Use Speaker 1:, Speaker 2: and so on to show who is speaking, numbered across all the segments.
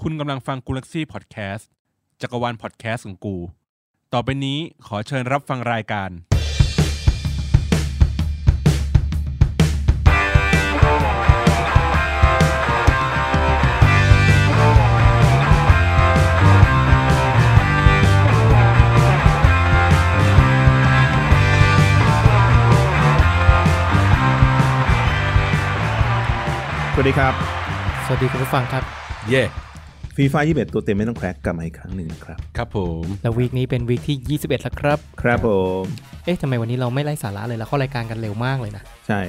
Speaker 1: คุณกำลังฟังกูลักซี่พอดแคสต์จักรวาลพอดแคสต์ของกู ต่อไปนี้ขอเชิญรับฟังรายการ
Speaker 2: สวัสดีครับ
Speaker 3: สวัสดีคุณผู้ฟังครับ
Speaker 1: เย่
Speaker 2: ฟีฟ่ายี่สิบเอ็ดตัวเต็มไม่ต้องแครกกลับมาอีกครั้งหนึ่งครับ
Speaker 1: ครับผม
Speaker 3: และวีคนี้เป็นวีคที่ 21 แล้วครับ
Speaker 2: ครับผม
Speaker 3: เอ๊ะทำไมวันนี้เราไม่ไล่สาระเลยแล้วเข้ารายการกันเร็วมากเลยนะ
Speaker 2: ใช่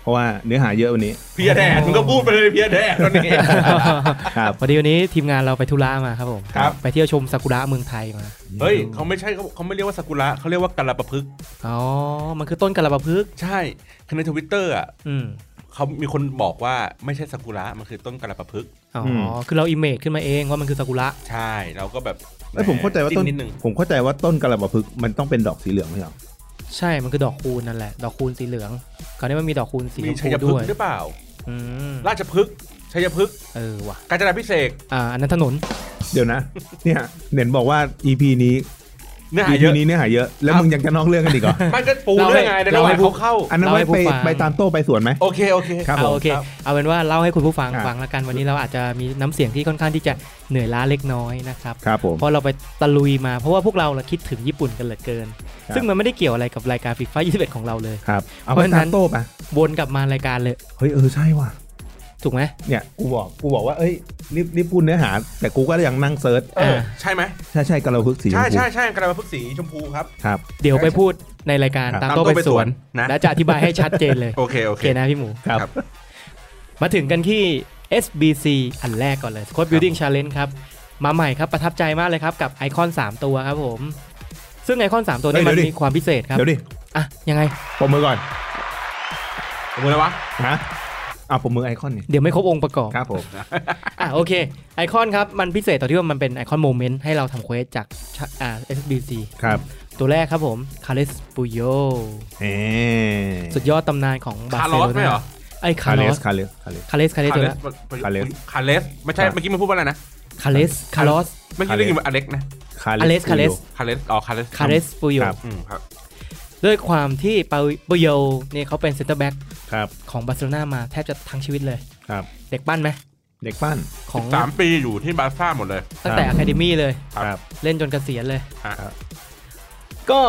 Speaker 2: เพราะว่าเนื้อหาเยอะวันนี้
Speaker 1: เพียแดดมึงก็พูดไปเลยเพียแดดตอน นี้
Speaker 2: ครับ
Speaker 3: พอดีวันนี้ทีมงานเราไปธุระมาครับผม
Speaker 1: ครับ
Speaker 3: ไปเที่ยวชมซากุระเมืองไทยมา
Speaker 1: เฮ้ยเขาไม่ใช่เขาเขาไม่เรียกว่าซากุระเขาเรียกว่ากัลปะพึกษ์
Speaker 3: อ๋อ มันคือต้นกระบะพึกษ์
Speaker 1: ใช่คือในทวิตเตอร์อ่ะ
Speaker 3: อืม
Speaker 1: เขามีคนบอกว่าไม่ใช่ซากุระมันคือต้นกัลปะพึกษ์
Speaker 3: อ๋อ
Speaker 2: ม
Speaker 3: อคือเราอิมเมจขึ้นมาเองว่ามันคือซากุระ
Speaker 1: ใช่เราก็แบบ
Speaker 2: เอ้ยผมเข้าใจว่าต้
Speaker 1: จิ้
Speaker 2: น
Speaker 1: มนิดนึง
Speaker 2: ผมเข้าใจว่าต้นกระบะพฤกษ์มันต้องเป็นดอกสีเหลืองไม่ใช่หรอ
Speaker 3: ใช่ มันคือดอกคูณนั่นแหละ ดอกคูณสีเหลืองคราวนี้มันมีดอกคูณสี
Speaker 1: มี
Speaker 3: ชม
Speaker 1: ชัย
Speaker 3: พู
Speaker 1: พฤก
Speaker 3: ด้วย
Speaker 1: ษ์หรือเปล่า
Speaker 3: อืม
Speaker 1: ราชพฤกษ์ชัยพฤกษ์
Speaker 3: เออว่ะ
Speaker 1: กาญจนาพิเศษก
Speaker 3: อ่า อันนั้นถนน
Speaker 2: เดี๋ยวนะ เนี่ยเด่นบอกว่า EP นี้
Speaker 1: เนื้อหา
Speaker 2: EP
Speaker 1: เยอะ
Speaker 2: นี้เนื้อหาเยอะแล้วมึงยังจะนอกเรื่องกันอีกเหรอ
Speaker 1: มันก็ปูเรื่องไงในระหว่างเขาเข้า
Speaker 2: อันนั้นไว้ไป
Speaker 3: เล่าให้ผู้ฟัง
Speaker 2: ไปตามโต้ไปสวนไหม
Speaker 1: โอเคโอเค
Speaker 2: ครับ
Speaker 3: เอา
Speaker 2: ผม
Speaker 3: โอเค
Speaker 1: ครับ
Speaker 3: เอาเป็นว่าเล่าให้คุณผู้ฟัง
Speaker 2: อ่ะ
Speaker 3: ฟังแล้วกันวันนี้เราอาจจะมีน้ำเสียงที่ค่อนข้างที่จะเหนื่อยล้าเล็กน้อยนะครับ
Speaker 2: ครับผม
Speaker 3: เพราะเราไปตะลุยมาเพราะว่าพวกเราเราคิดถึงญี่ปุ่นกันเหลือเกิน
Speaker 2: ครับ
Speaker 3: ซึ่งมันไม่ได้เกี่ยวอะไรกับรายการฟีฟ่า21 ของเราเลย
Speaker 2: ครับเอา
Speaker 3: เพ
Speaker 2: ไป
Speaker 3: ราะฉะนั้น
Speaker 2: ตามโต้ไปะ
Speaker 3: วนกลับมารายการเลย
Speaker 2: เฮ้ยเออใช่ว่ะ
Speaker 3: ถูกไหม
Speaker 2: เนี่ยกูบอกกูบอกว่าเอ้ยรีบรีบพูดเนื้อหา แต่กูก็ยังนั่งเซิร์ช
Speaker 1: เออใช่ไหม
Speaker 2: ใช่ใช่กระพึกษ์สีช
Speaker 1: ใช่
Speaker 2: มพู
Speaker 1: ใช่ใช่กระดาษพึกษ์สีชมพูครับ
Speaker 2: ครับ
Speaker 3: เดี๋ยวไปพูดในรายการ
Speaker 2: ครับ
Speaker 3: ตามโต๊ะไปสวน
Speaker 1: นะ
Speaker 3: และจะอธิบายให้ชัดเจน เลย
Speaker 1: โอเคโอ
Speaker 3: โอ
Speaker 1: เค
Speaker 3: เคนะพี่หมู
Speaker 2: ครับ
Speaker 3: มาถึงกันที่ SBC อันแรกก่อนเลย s q u a d Building Challenge ครับ มาใหม่ครับประทับใจมากเลยครับกับไอคอน 3 ตัวครับผม ซึ่งไอคอน 3 ตัวนี้
Speaker 2: เฮ้ย
Speaker 3: มัน
Speaker 2: เดี๋ยวดิ
Speaker 3: มีความพิเศษครับ
Speaker 2: เดี๋ยวดิ
Speaker 3: อ่ะยังไง
Speaker 2: ปมมือก่อน
Speaker 1: ผมอะไรวะ
Speaker 2: ฮะอ่ะผมมือไอคอนเนี่ย
Speaker 3: เดี๋ยวไม่ครบองค์ประกอบ
Speaker 2: ครับผม
Speaker 3: อ่ะโอเคไอคอนครับ มันพิเศษต่อที่ว่ามันเป็นไอคอนโมเมนต์ให้เราทำเควสจากชะอ่า SBC
Speaker 2: ครับ
Speaker 3: ตัวแรกครับผม คาเลสปูโย
Speaker 2: เอ
Speaker 3: สุดยอดตำนานของบาร์เซโล
Speaker 1: Carlos ไม่เหรอ
Speaker 3: นาไอคา
Speaker 2: คา
Speaker 3: ร์ล
Speaker 2: เล
Speaker 3: อ
Speaker 2: ส
Speaker 3: ส
Speaker 2: คาเลสคาเลส
Speaker 3: คาเลสคาเลส
Speaker 1: คา
Speaker 3: ตัว
Speaker 1: เล
Speaker 3: แร
Speaker 1: ส
Speaker 3: ก
Speaker 1: คาเลสคาเลสไม่ใช่
Speaker 2: ครับ
Speaker 1: เมื่อกี้มันพูดว่าอะไรนะ
Speaker 3: คาเลสคาร์ลอส
Speaker 1: เมื่อกี้ได้ยินว่าอเล็กนะ
Speaker 2: คา
Speaker 3: Carles Carles
Speaker 1: คาเลสอ๋อคาเลส
Speaker 3: คาเลสปูโย
Speaker 2: ครับ
Speaker 1: อืมครับ
Speaker 3: ด้วยความที่ปูโยเนี่ยเขาเป็นเซนเตอร์แบ็ก
Speaker 2: ครับ
Speaker 3: ของบาร์เซโลนามาแทบจะทั้งชีวิตเลย
Speaker 2: ครับ
Speaker 3: เด็กปั้นไหม
Speaker 2: เด็กปั้น
Speaker 3: ของ
Speaker 1: สามปีอยู่ที่บาร์ซ่าหมดเลย
Speaker 3: ตั้งแต่
Speaker 2: ครั
Speaker 3: อะ
Speaker 2: บ
Speaker 3: คาเดมี่เลย
Speaker 1: ครับ
Speaker 3: เล่นจนเกษียณเลย
Speaker 1: อ่ะ
Speaker 3: ก็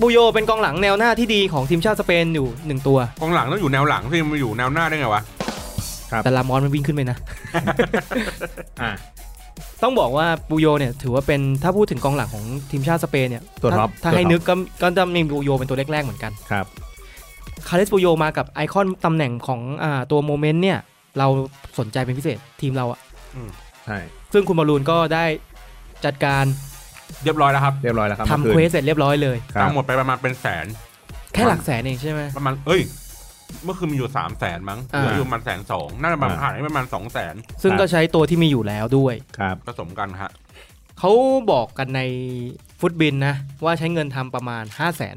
Speaker 3: ปูโยเป็นกองหลังแนวหน้าที่ดีของทีมชาติสเปนอยู่หนึ่งตัว
Speaker 1: กองหลังต้องอยู่แนวหลังที่มาอยู่แนวหน้าได้ไงวะ
Speaker 2: ครับ
Speaker 3: แต่ลามอนมันวิ่งขึ้นไปนะ
Speaker 2: อ่ะ
Speaker 3: ต้องบอกว่าปูโยเนี่ยถือว่าเป็นถ้าพูดถึงกองหลังของทีมชาติสเปนเนี่ย
Speaker 2: ตัว
Speaker 3: ถ้า
Speaker 2: ท็อป
Speaker 3: ถ้า
Speaker 2: ตัว
Speaker 3: ให้
Speaker 2: ท็อป
Speaker 3: นึกก็ก็จะมีปูโยเป็นตัวแรกๆเหมือนกัน
Speaker 2: ครับ
Speaker 3: คาเลสปูโยมากับไอคอนตำแหน่งของอ่าตัวโมเมนต์เนี่ยเราสนใจเป็นพิเศษทีมเราอะ
Speaker 2: ใช่
Speaker 3: ซึ่งคุณบอลลูนก็ได้จัดการ
Speaker 1: เรียบร้อยแล้วครับ
Speaker 2: เรียบร้อยแล้วครับ
Speaker 3: ทำ
Speaker 2: มื่
Speaker 3: เคว
Speaker 2: อ
Speaker 3: สเสร็จเรียบร้อยเลย
Speaker 2: ครั
Speaker 1: ตั้
Speaker 2: บ
Speaker 1: งหมดไปประมาณเป็นแสน
Speaker 3: แค่หลักแสนเองใช่ไหม
Speaker 1: ประมาณเอ้ย เมื่อคืนมีอยู่สามแสนมั้ง
Speaker 3: อ่า
Speaker 1: เหลืออยู่ประมาณแสนสองน่าจะประมาณผ่านไปประมาณสองแสน
Speaker 3: ซึ่งก็ใช้ตัวที่มีอยู่แล้วด้วย
Speaker 2: ครับ
Speaker 1: ผสมกันฮะ
Speaker 3: เขาบอกกันในฟุตบินนะ ว่าใช้เงินทำประมาณ 5 0 0แสน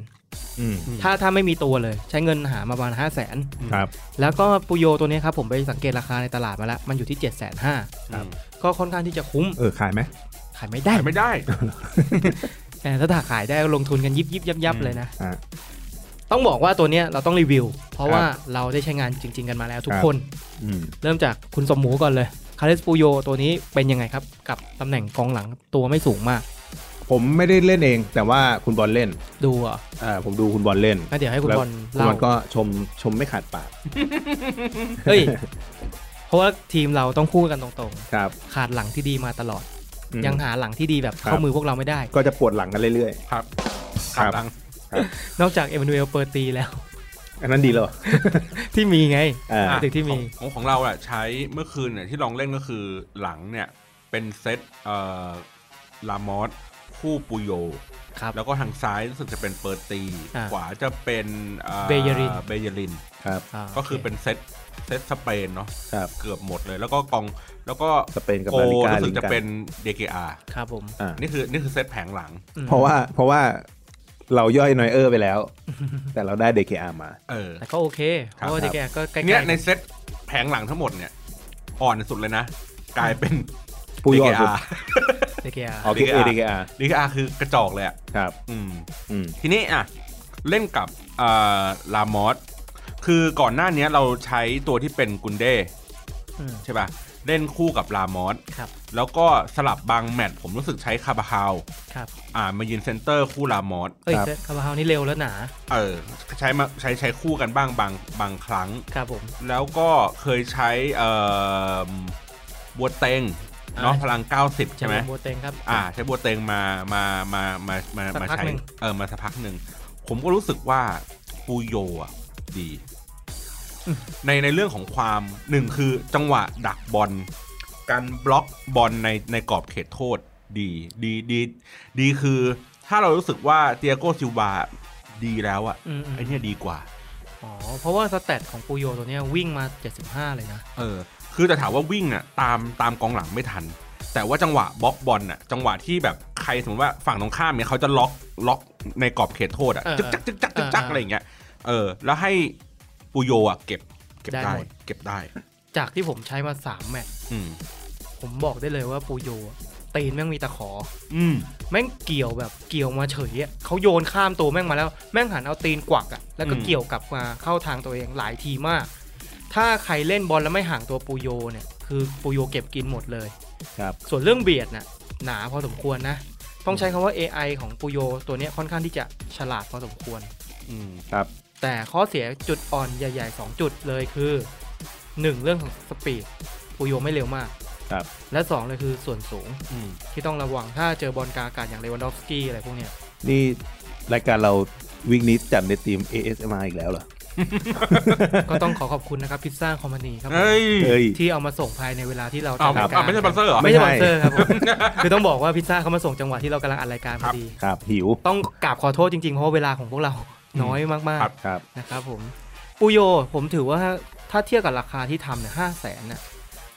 Speaker 2: อืม
Speaker 3: ถ้าถ้าไม่มีตัวเลย ใช้เงินหามาประมาณ 5 0 0แสน
Speaker 2: ครับ
Speaker 3: แล้วก็ปูโยตัวนี้ครับผมไปสังเกตราคาในตลาดมาแล้ว มันอยู่ที่ 7 5 0 0 0
Speaker 1: อืม
Speaker 3: ก็ค่อนข้างที่จะคุ้ม
Speaker 2: เออขายไหม
Speaker 3: ขายไม่ได้
Speaker 1: แต่ไม่ได้
Speaker 3: แต่ถ้าขายได้ก็ลงทุนกันยิบยิบยับยับ
Speaker 1: อืม
Speaker 3: เลยนะ
Speaker 2: อ่า
Speaker 3: ต้องบอกว่าตัวเนี้ยเราต้องรีวิว เพราะ
Speaker 2: ครับ
Speaker 3: ว่าเราได้ใช้งานจริง ๆ กันมาแล้วทุ
Speaker 2: ค
Speaker 3: ก
Speaker 2: รับ
Speaker 3: คน
Speaker 2: อืม
Speaker 3: เริ่มจากคุณสมหมูก่อนเลยคาเลสปูโยตัวนี้เป็นยังไงครับ กับตำแหน่งกองหลังตัวไม่สูงมาก
Speaker 2: ผมไม่ได้เล่นเอง แต่ว่าคุณบอลเล่น
Speaker 3: ดูอ่ะ
Speaker 2: อ่าผมดูคุณบอลเล่น
Speaker 3: งั้นเดี๋ยวให้คุณ
Speaker 2: แล้ว
Speaker 3: บอล
Speaker 2: คุณ
Speaker 3: เล่า
Speaker 2: บอล ก็ชมชมไม่ขาดปาก
Speaker 3: เฮ้ยเพราะว่าทีมเราต้องพูดกันตรง
Speaker 2: ครับ
Speaker 3: ๆ ขาดหลังที่ดีมาตลอด
Speaker 2: อืม
Speaker 3: ยังหาหลังที่ดีแบบ
Speaker 2: ครั
Speaker 3: เข้า
Speaker 2: บ
Speaker 3: มือพวกเราไม่ได้
Speaker 2: ก็จะปวดหลังกันเรื่อย
Speaker 1: ครับ
Speaker 2: ครับ
Speaker 1: หลัง
Speaker 3: นอกจากเอมมานูเอลเปอร์ตีแล้ว
Speaker 2: ๆ อันนั้นดีแล้วเหรอ
Speaker 3: ที่มีไง
Speaker 2: อ่า
Speaker 1: อ่ะ
Speaker 3: เด็กที่มี
Speaker 1: ของของเราอะใช้เมื่อคืนเนี่ยที่ลองเล่นก็คือหลังเนี่ย เป็นเซตเอ่อลามอสคู่ปุโย
Speaker 3: ครับ
Speaker 1: แล้วก็ทางซ้ายรู้สึกจะเป็นเปอร์ตี
Speaker 3: อ่า
Speaker 1: ขวาจะเป็นอ่อ
Speaker 3: เบเยริน
Speaker 1: เบเยริน
Speaker 2: ครับ
Speaker 3: อ่า
Speaker 1: ก็คือ
Speaker 3: โ
Speaker 1: เป็นเซตเซตสเปนเนาะ
Speaker 2: ครับ
Speaker 1: เกือบหมดเลย แล้วก็กองแล้วก็
Speaker 2: สเปนกับ
Speaker 1: โก
Speaker 2: มาริการ
Speaker 1: ู้สึ
Speaker 2: ลิ
Speaker 1: ก
Speaker 2: ง
Speaker 1: จะ
Speaker 2: กั
Speaker 1: เป็น
Speaker 2: น
Speaker 1: เดเกอา
Speaker 3: ครับผม
Speaker 2: อ่า
Speaker 1: นี่คือนี่คือเซตแผงหลัง
Speaker 3: อืม
Speaker 2: เพราะว่าเพราะว่าเราย่อยนอยเออร์ไป แล้ว แต่เราได้ DKR มา
Speaker 1: เออ
Speaker 3: แต่ก็โอเค
Speaker 1: ค
Speaker 3: เพ
Speaker 1: รับ
Speaker 3: ราะว่าเด็กแกก็ใกล้
Speaker 1: เนี่ย
Speaker 3: ๆ
Speaker 1: ในเซตแผงหลังทั้งหมดเนี่ย อ่อนสุดเลยนะ กลายเป็น
Speaker 2: ผู้ยอดสุด
Speaker 1: DKR
Speaker 3: เดเกียร์
Speaker 2: ออคิด
Speaker 1: DKR
Speaker 2: ADKR
Speaker 1: DKR คือกระจอกเลยอ่ะ
Speaker 2: ครับ
Speaker 1: อืม
Speaker 2: อืม
Speaker 1: ทีนี้อ่ะ เล่นกับอ่าลามอสคือก่อนหน้าเนี้ยเราใช้ตัวที่เป็นกุนเด้
Speaker 3: อืม
Speaker 1: ใช่ป่ะ เล่นคู่กับลามอส
Speaker 3: ครับ
Speaker 1: แล้วก็สลับบางแมตช์ผมรู้สึกใช้คาบาฮาว
Speaker 3: ครับ
Speaker 1: อ่ามายืนเซนเตอร์คู่ลามอส
Speaker 3: เอ้ย
Speaker 2: ครับ
Speaker 3: เซตคาร์บาฮาวนี่เร็วแล้วหนา
Speaker 1: เออใช้มาใช้ใช้คู่กันบ้างบางบางครั้ง
Speaker 3: ครับผม
Speaker 1: แล้วก็เคยใช้เอ่อบัวเต็งเนาะ
Speaker 3: อ่า
Speaker 1: พลัง 90 ใช่ไหม
Speaker 3: โบเต็งครับ
Speaker 1: อ่าใช้บัวเต็งมา มา มา มา มา
Speaker 3: สัก
Speaker 1: มา
Speaker 3: พัก
Speaker 1: ใช้
Speaker 3: หนึ่ง
Speaker 1: เออมาสักพักหนึ่ง ผมก็รู้สึกว่าปูโยอ่ะดี ในในเรื่องของความหนึ่งคือจังหวะดักบอล การบล็อกบอลในในกรอบเขตโทษดีดีดีดีคือ ถ้าเรารู้สึกว่าเตียโกซิลวาดีแล้วอ่ะ
Speaker 3: อืมอืม
Speaker 1: ไอเนี่ยดีกว่า
Speaker 3: อ๋อเพราะว่าสเตตของปูโยตัวเนี้ยวิ่งมา 75 เลยนะ
Speaker 1: เออ คือจะถามว่าวิ่งอ่ะตามตามกองหลังไม่ทัน แต่ว่าจังหวะบล็อกบอลน่ะ จังหวะที่แบบใครสมมติว่าฝั่งตรงข้ามเนี่ยเขาจะล็อกล็อกในกรอบเขตโทษอ่ะ
Speaker 3: เออ
Speaker 1: จึกจักจึกจักจึกจัก
Speaker 3: เออเออ
Speaker 1: อะไรอย่างเงี้ย เออ แล้วให้ปูโยอ่ะเก็บเก็บได้
Speaker 3: ได้หมด
Speaker 1: เก็บได้
Speaker 3: จากที่ผมใช้มา 3 แมตช์
Speaker 1: อืม
Speaker 3: ผมบอกได้เลยว่าปูโยอะตีนแม่งมีตะขอ
Speaker 1: อืม
Speaker 3: แม่งเกี่ยวแบบเกี่ยวมาเฉยอะเขาโยนข้ามตัวแม่งมาแล้ว แม่งหันเอาตีนกวักอะแล้วก็
Speaker 1: อืม
Speaker 3: เกี่ยวกลับมาเข้าทางตัวเองหลายทีมาก ถ้าใครเล่นบอลแล้วไม่ห่างตัวปูโยเนี่ย คือปูโยเก็บกินหมดเลย
Speaker 2: ครับ
Speaker 3: ส่วนเรื่องเบียดน่ะหนาพอสมควรนะ ต้องใช้คำว่า AI ของปูโยตัวเนี้ยค่อนข้างที่จะฉลาดพอสมควร
Speaker 1: อืม
Speaker 2: ครับ
Speaker 3: แต่ข้อเสียจุดอ่อนใหญ่ๆ 2 จุดเลยคือ 1 เรื่องของสปีดปูโยไม่เร็วมาก
Speaker 2: ครับ
Speaker 3: และ 2 เลยคือส่วนสูง
Speaker 1: อืม
Speaker 3: ที่ต้องระวังถ้าเจอบอลกลางอากาศอย่างเลวันดอฟสกี้อะไรพวกเนี้ย
Speaker 2: นี่รายการเราวิกนี้จัดในทีม ASMR อีกแล้วเหรอ
Speaker 3: ก็ต้องขอขอบคุณนะครับพิซซ่าคอมพานีครับผม
Speaker 1: เฮ้ย
Speaker 2: เฮ้ย
Speaker 3: ที่เอามาส่งภายในเวลาที่เรา
Speaker 1: เอา
Speaker 3: ทำรายการ
Speaker 1: เอาไม่ใช่สปอนเซอร์เหรอ
Speaker 3: ไม่ใช่สปอน
Speaker 2: ไม่
Speaker 3: เซอ
Speaker 2: ใช่
Speaker 3: ร์ครับผม คือต้องบอกว่าพิซซ่าเขามาส่งจังหวะที่เรากำลังอัดรายการพอดี
Speaker 2: ครับ หิว
Speaker 3: ต้องกราบขอโทษจริงๆ เพราะว่าเวลาของพวกเรา น้อยมาก
Speaker 1: ครับ
Speaker 2: ครับ
Speaker 3: ๆนะครับผมปูโยผมถือว่าถ้าเทียบกับราคาที่ทำเนี่ยห้าแสนน่ะ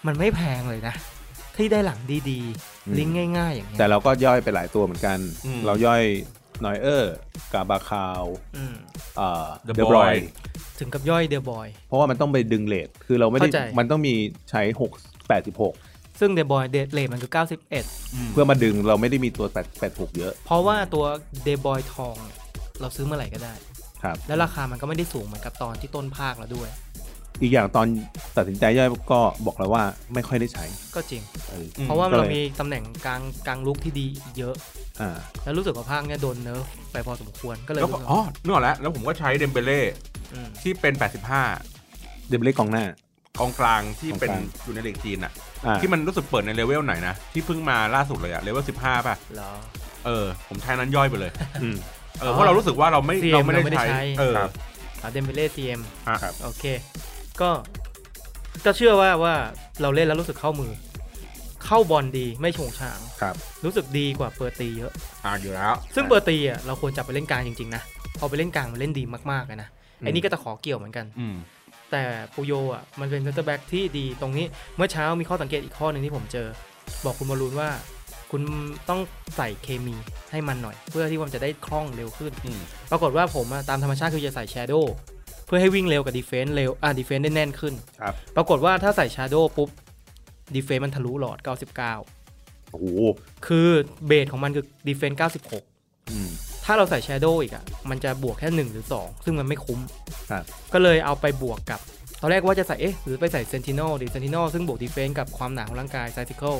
Speaker 3: มันไม่แพงเลยนะ ที่ได้หลังดี
Speaker 2: อืม
Speaker 3: ๆ ลิงก์ง่ายๆ อย่างเงี้ย
Speaker 2: แต่เราก็ย่อยไปหลายตัวเหมือนกัน
Speaker 1: อืม
Speaker 2: เราย่อยนอยเออร์กาบาคาว
Speaker 3: อืม
Speaker 2: เอ่อ
Speaker 1: The
Speaker 2: เดบรอย
Speaker 1: Boy
Speaker 3: ถึงกับย่อยเด e b บอย
Speaker 2: เพราะว่ามันต้องไปดึงเลทคือเราไม่ได้
Speaker 3: เข้าใจ
Speaker 2: มันต้องมีใช้6 86
Speaker 3: ซึ่งเด e b บอยเดทเลทมันคือ91
Speaker 2: เพื่อมาดึงเราไม่ได้มีตัว8 86เยอะ
Speaker 3: เพราะว่าตัวเด e b บอยทองเนี่ยเราซื้อเมื่อไหร่ก็ได้
Speaker 2: ครับ
Speaker 3: แล้วราคามันก็ไม่ได้สูงเหมือนกับตอนที่ต้นภาคแล้วด้วย
Speaker 2: อีกอย่างตอนตัดสินใจย่อยก็บอกแล้วว่าไม่ค่อยได้ใช้
Speaker 3: ก็จริง
Speaker 2: เออ
Speaker 1: อืม
Speaker 3: เพราะว่า
Speaker 2: ก็ล
Speaker 3: เรา
Speaker 2: ย
Speaker 3: มีตำแหน่งกลางกลางลุกที่ดีอีกเยอะ
Speaker 2: อ่า
Speaker 3: แล้วรู้สึกว่าภาคเนี่ยโดนเนิร์ฟไปพอสมควรก็เลย
Speaker 1: แล้ว
Speaker 3: รู้
Speaker 1: ก็
Speaker 3: สึก
Speaker 1: อ๋อนึกออกแล้ว แล้วผมก็ใช้เดมเบเล่
Speaker 3: ม
Speaker 1: ที่เป็น
Speaker 2: เดบเล็กกองหน้า
Speaker 1: 85กองกลางที่เป็น
Speaker 2: กองกลาง
Speaker 1: อยู่ในลีกจีนอ่ะ
Speaker 2: อ่า
Speaker 1: ที่มันรู้สึกเปิดในเลเวลไหนนะ ที่เพิ่งมาล่าสุดเลยอะเลเวล15ป่ะ
Speaker 3: เหรอ
Speaker 1: เออ ผมใช้นั้นย่อยไปเลย
Speaker 2: อืม
Speaker 1: เออเพราะเรารู้สึกว่าเราไม่
Speaker 3: CM
Speaker 1: เราไม่ได้
Speaker 3: เราไม่ได้
Speaker 1: ใช้
Speaker 3: ใช้
Speaker 1: เออ
Speaker 2: ครับ
Speaker 3: อ่ะเดมเบเล่ซีเอ็ม
Speaker 1: อ่ะ
Speaker 3: โอเค ก็ ก็เชื่อว่าว่าเราเล่นแล้วรู้สึกเข้ามือ เข้าบอลดีไม่ชงชาง
Speaker 2: ครับ
Speaker 3: รู้สึกดีกว่าเปอร์ตีเยอะ
Speaker 1: อ่าอยู่แล้ว
Speaker 3: ซึ่งเปอร์ตีอ่ะเราควรจะไปเล่นกลางจริงๆนะพอไปเล่นกลางมันเล่นดีมากๆเลยนะไอ้นี่ก็จะขอเกี่ยวเหมือนกัน
Speaker 1: อืม
Speaker 3: แต่ปูโยอ่ะมันเป็นเซนเตอร์แบ็กที่ดีตรงนี้เมื่อเช้ามีข้อสังเกตอีกข้อหนึ่งที่ผมเจอ บอกคุณบอลลูนว่า คุณต้องใส่เคมีให้มันหน่อย เพื่อที่มันจะได้คล่องเร็วขึ้น
Speaker 1: อืม
Speaker 3: ปรากฏว่าผมอะตามธรรมชาติคือจะใส่แชโดว์เพื่อให้วิ่งเร็วกับดีเฟนซ์เร็วอ่ะดีเฟนซ์ได้แน่นขึ้น
Speaker 2: ครับ
Speaker 3: ปรากฏว่าถ้าใส่แชโดว์ปุ๊บดีเฟนซ์มันทะลุหลอด 99
Speaker 2: โอ้โห
Speaker 3: คือเบสของมันคือดีเฟนซ์96
Speaker 2: อืม
Speaker 3: ถ้าเราใส่แชโดว์อีกอ่ะ มันจะบวกแค่ 1 หรือ 2 ซึ่งมันไม่คุ้ม
Speaker 2: ครับ
Speaker 3: ก็เลยเอาไปบวกกับ ตอนแรกว่าจะใส่ เอ๊ะ หรือไปใส่เซนติโนดีเซนติโนซึ่งบวกดีเฟนซ์กับความหนาของร่างกายไซติเคิล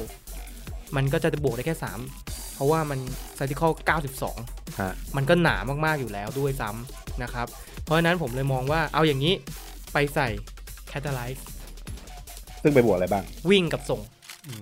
Speaker 3: มันก็จะบวกได้แค่ 3 เพราะว่ามันไซติเคิล92
Speaker 2: ฮะ
Speaker 3: มันก็หนามาก ๆ อยู่แล้วด้วยซ้ำนะครับ เพราะฉะนั้นผมเลยมองว่าเอาอย่างนี้ไปใส่แคต a ไล z ์
Speaker 2: ซึ่งไปบวกอะไรบ้าง
Speaker 3: วิ่งกับส่ง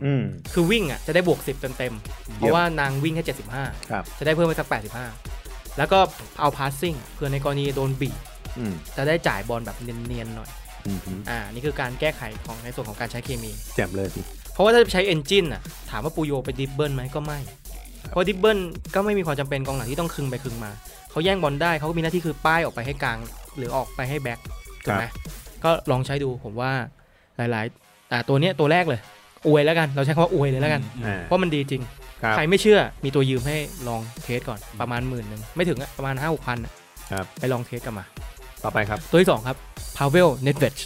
Speaker 2: อืม
Speaker 3: คือวิ่งอ่ะจะได้บวก 10 เต็มๆเพราะว่านางวิ่งแค่75
Speaker 2: ครับ
Speaker 3: จะได้เพิ่มไปสัก 85 แล้วก็เอา passing เพื่อในกรณีโดนบีบ
Speaker 2: อืม
Speaker 3: จะได้จ่ายบอลแบบเนียนๆหน่อย
Speaker 2: อืมอืม
Speaker 3: อ่า นี่คือการแก้ไขของในส่วนของการใช้เคมี
Speaker 2: แจ่มเลยสิ
Speaker 3: เพราะว่าถ้าจะใช้ engine อ่ะ ถามว่าปูโยไปดิบเบิลไหมก็ไม่ เพราะดิบเบิลก็ไม่มีความจำเป็นกองหลังที่ต้องคึงไปคึงมา เขาแย่งบอลได้เขาก็มีหน้าที่คือป้ายออกไปให้กลาง หรือออกไปให้แบ็คถูกไหมก็ลองใช้ดูผมว่าหลายๆ อ่า ตัวเนี้ยตัวแรกเลย อวยแล้วกัน เราใช้คำว่าอวยเลยแล้วกัน
Speaker 1: อืม
Speaker 2: อ่า
Speaker 3: เพราะมันดีจริง
Speaker 2: ครับ
Speaker 3: ใครไม่เชื่อมีตัวยืมให้ลองเทสก่อนประมาณหมื่นหนึ่งไม่ถึงอะประมาณห้าหกพันอะ
Speaker 2: ครับ
Speaker 3: ไปลองเทสกันมา
Speaker 2: ต่อไปครับ
Speaker 3: ตัวที่สองครับ Pavel n e d v e d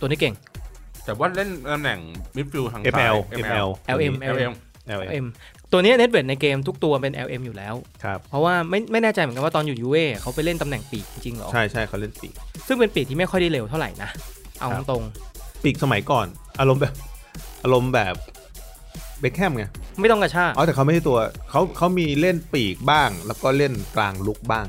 Speaker 3: ตัวนี้เก่ง
Speaker 1: แต่ว่าเล่นตำแหน่งมิดฟิลด์ทางซ้าย
Speaker 4: ML
Speaker 1: ML
Speaker 4: ML
Speaker 3: LM
Speaker 1: LM
Speaker 4: LM
Speaker 3: LM ตัวเนี้เน็ตเวทในเกมทุกตัวเป็น LM อยู่แล้ว
Speaker 4: ครับ
Speaker 3: เพราะว่าไม่ไม่แน่ใจเหมือนกันว่าตอนอยู่ยูเว่เขาไปเล่นตำแหน่งปีกจริงๆเหรอ
Speaker 4: ใช่ใช่เขาเล่นปีก
Speaker 3: ซึ่งเป็นปีกที่ไม่ค่อยได้เร็วเท่าไหร่นะ เอา
Speaker 4: ครับ
Speaker 3: ตรง
Speaker 4: ปีกสมัยก่อน อารมณ์แบบ อารมณ์แบบเบคแฮมไง
Speaker 3: ๆไม่ต้องกระชาก
Speaker 4: อ๋อแต่เขาไม่ใช่ตัวเขาเขามีเล่นปีกบ้าง แล้วก็เล่นกลางลุกบ้าง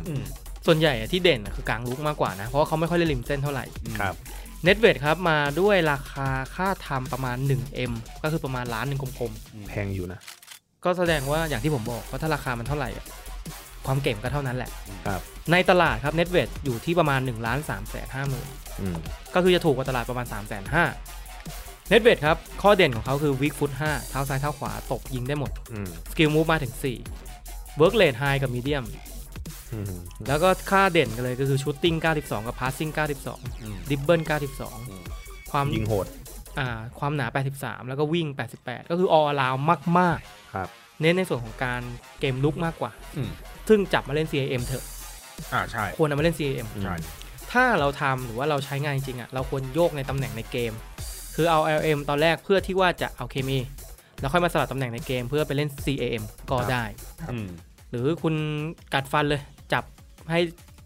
Speaker 3: ส่วนใหญ่อะที่เด่นอะคือกลางลุกมากกว่านะ เพราะว่าเขาไม่ค่อยได้ริมเส้นเท่าไหร่
Speaker 4: ครับ
Speaker 3: เน็ตเวทครับมาด้วยราคาค่าทำประมาณ 1M ก็คือประมาณล้านหนึ่งกลม
Speaker 4: แพงอยู่นะ
Speaker 3: ๆ ก็แสดงว่าอย่างที่ผมบอกว่าถ้าราคามันเท่าไหร่อะความเก่งก็เท่านั้นแหละ
Speaker 4: ครับ
Speaker 3: ในตลาดครับเน็ตเวทอยู่ที่ประมาณ1นึ่งล้านสามแสนห้าหมื่น
Speaker 4: อืม
Speaker 3: ก็คือจะถูกกว่าตลาดประมาณ3ามแสนห้าเน็ตเวทครับข้อเด่นของเขาคือวิกฟุต5เท้าซ้ายเท้าขวาตบยิงได้หมด
Speaker 4: อืม
Speaker 3: สกิลมูฟมาถึง4เวิร์กเลทไฮกับมีเดียม
Speaker 4: อืม
Speaker 3: แล้วก็ค่าเด่นกันเลยก็คือชูตติ้ง 92 กับพาสซิ่ง 92 ดิบเบิล
Speaker 1: ม
Speaker 3: 92 ความ
Speaker 4: ยิงโหด
Speaker 3: อ่าความหนา 83 แล้วก็วิ่ง 88 ก็คือออลาวมาก
Speaker 4: ครับ
Speaker 3: ๆ เน้นในส่วนของการเกมลุกมากกว่า
Speaker 1: อืม
Speaker 3: ซึ่งจับมาเล่น CIM เถอะ
Speaker 1: อ่าใช่
Speaker 3: ควรเอามาเล่น CIM
Speaker 1: ใช่
Speaker 3: ถ้าเราทำหรือว่าเราใช้งานจริงๆอ่ะเราควรโยกในตำแหน่งในเกม คือเอา LM ตอนแรกเพื่อที่ว่าจะเอาเคมี แล้วค่อยมาสลับตำแหน่งในเกม เพื่อไปเล่น CAM ก็ได้
Speaker 1: อืม
Speaker 3: หรือคุณกัดฟันเลยจับให้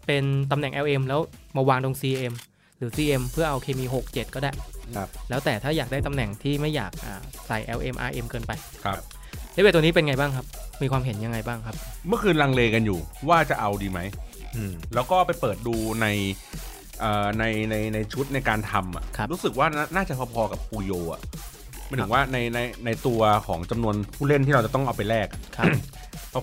Speaker 3: เป็นตำแหน่ง LM แล้วมาวางตรง CM หรือ CM เพื่อเอาเคมี 6 7 ก็ได้
Speaker 4: ครับ
Speaker 3: แล้วแต่ถ้าอยากได้ตำแหน่งที่ไม่อยากอ่าใส่ LM RM เกินไป
Speaker 1: ครับ
Speaker 3: เลเวลตัวนี้เป็นไงบ้างครับ มีความเห็นยังไงบ้างครับ
Speaker 1: เมื่อคืนลังเลกันอยู่ว่าจะเอาดีไหม
Speaker 4: อืม
Speaker 1: แล้วก็ไปเปิดดูในเอ่อในในในชุดในการทำอะ
Speaker 3: ครับ
Speaker 1: รู้สึกว่าน่าน่าจะพอๆกับปูโยอ่ะหมายถึงว่าในในในตัวของจำนวนผู้เล่นที่เราจะต้องเอาไปแลกอะ
Speaker 3: ครับ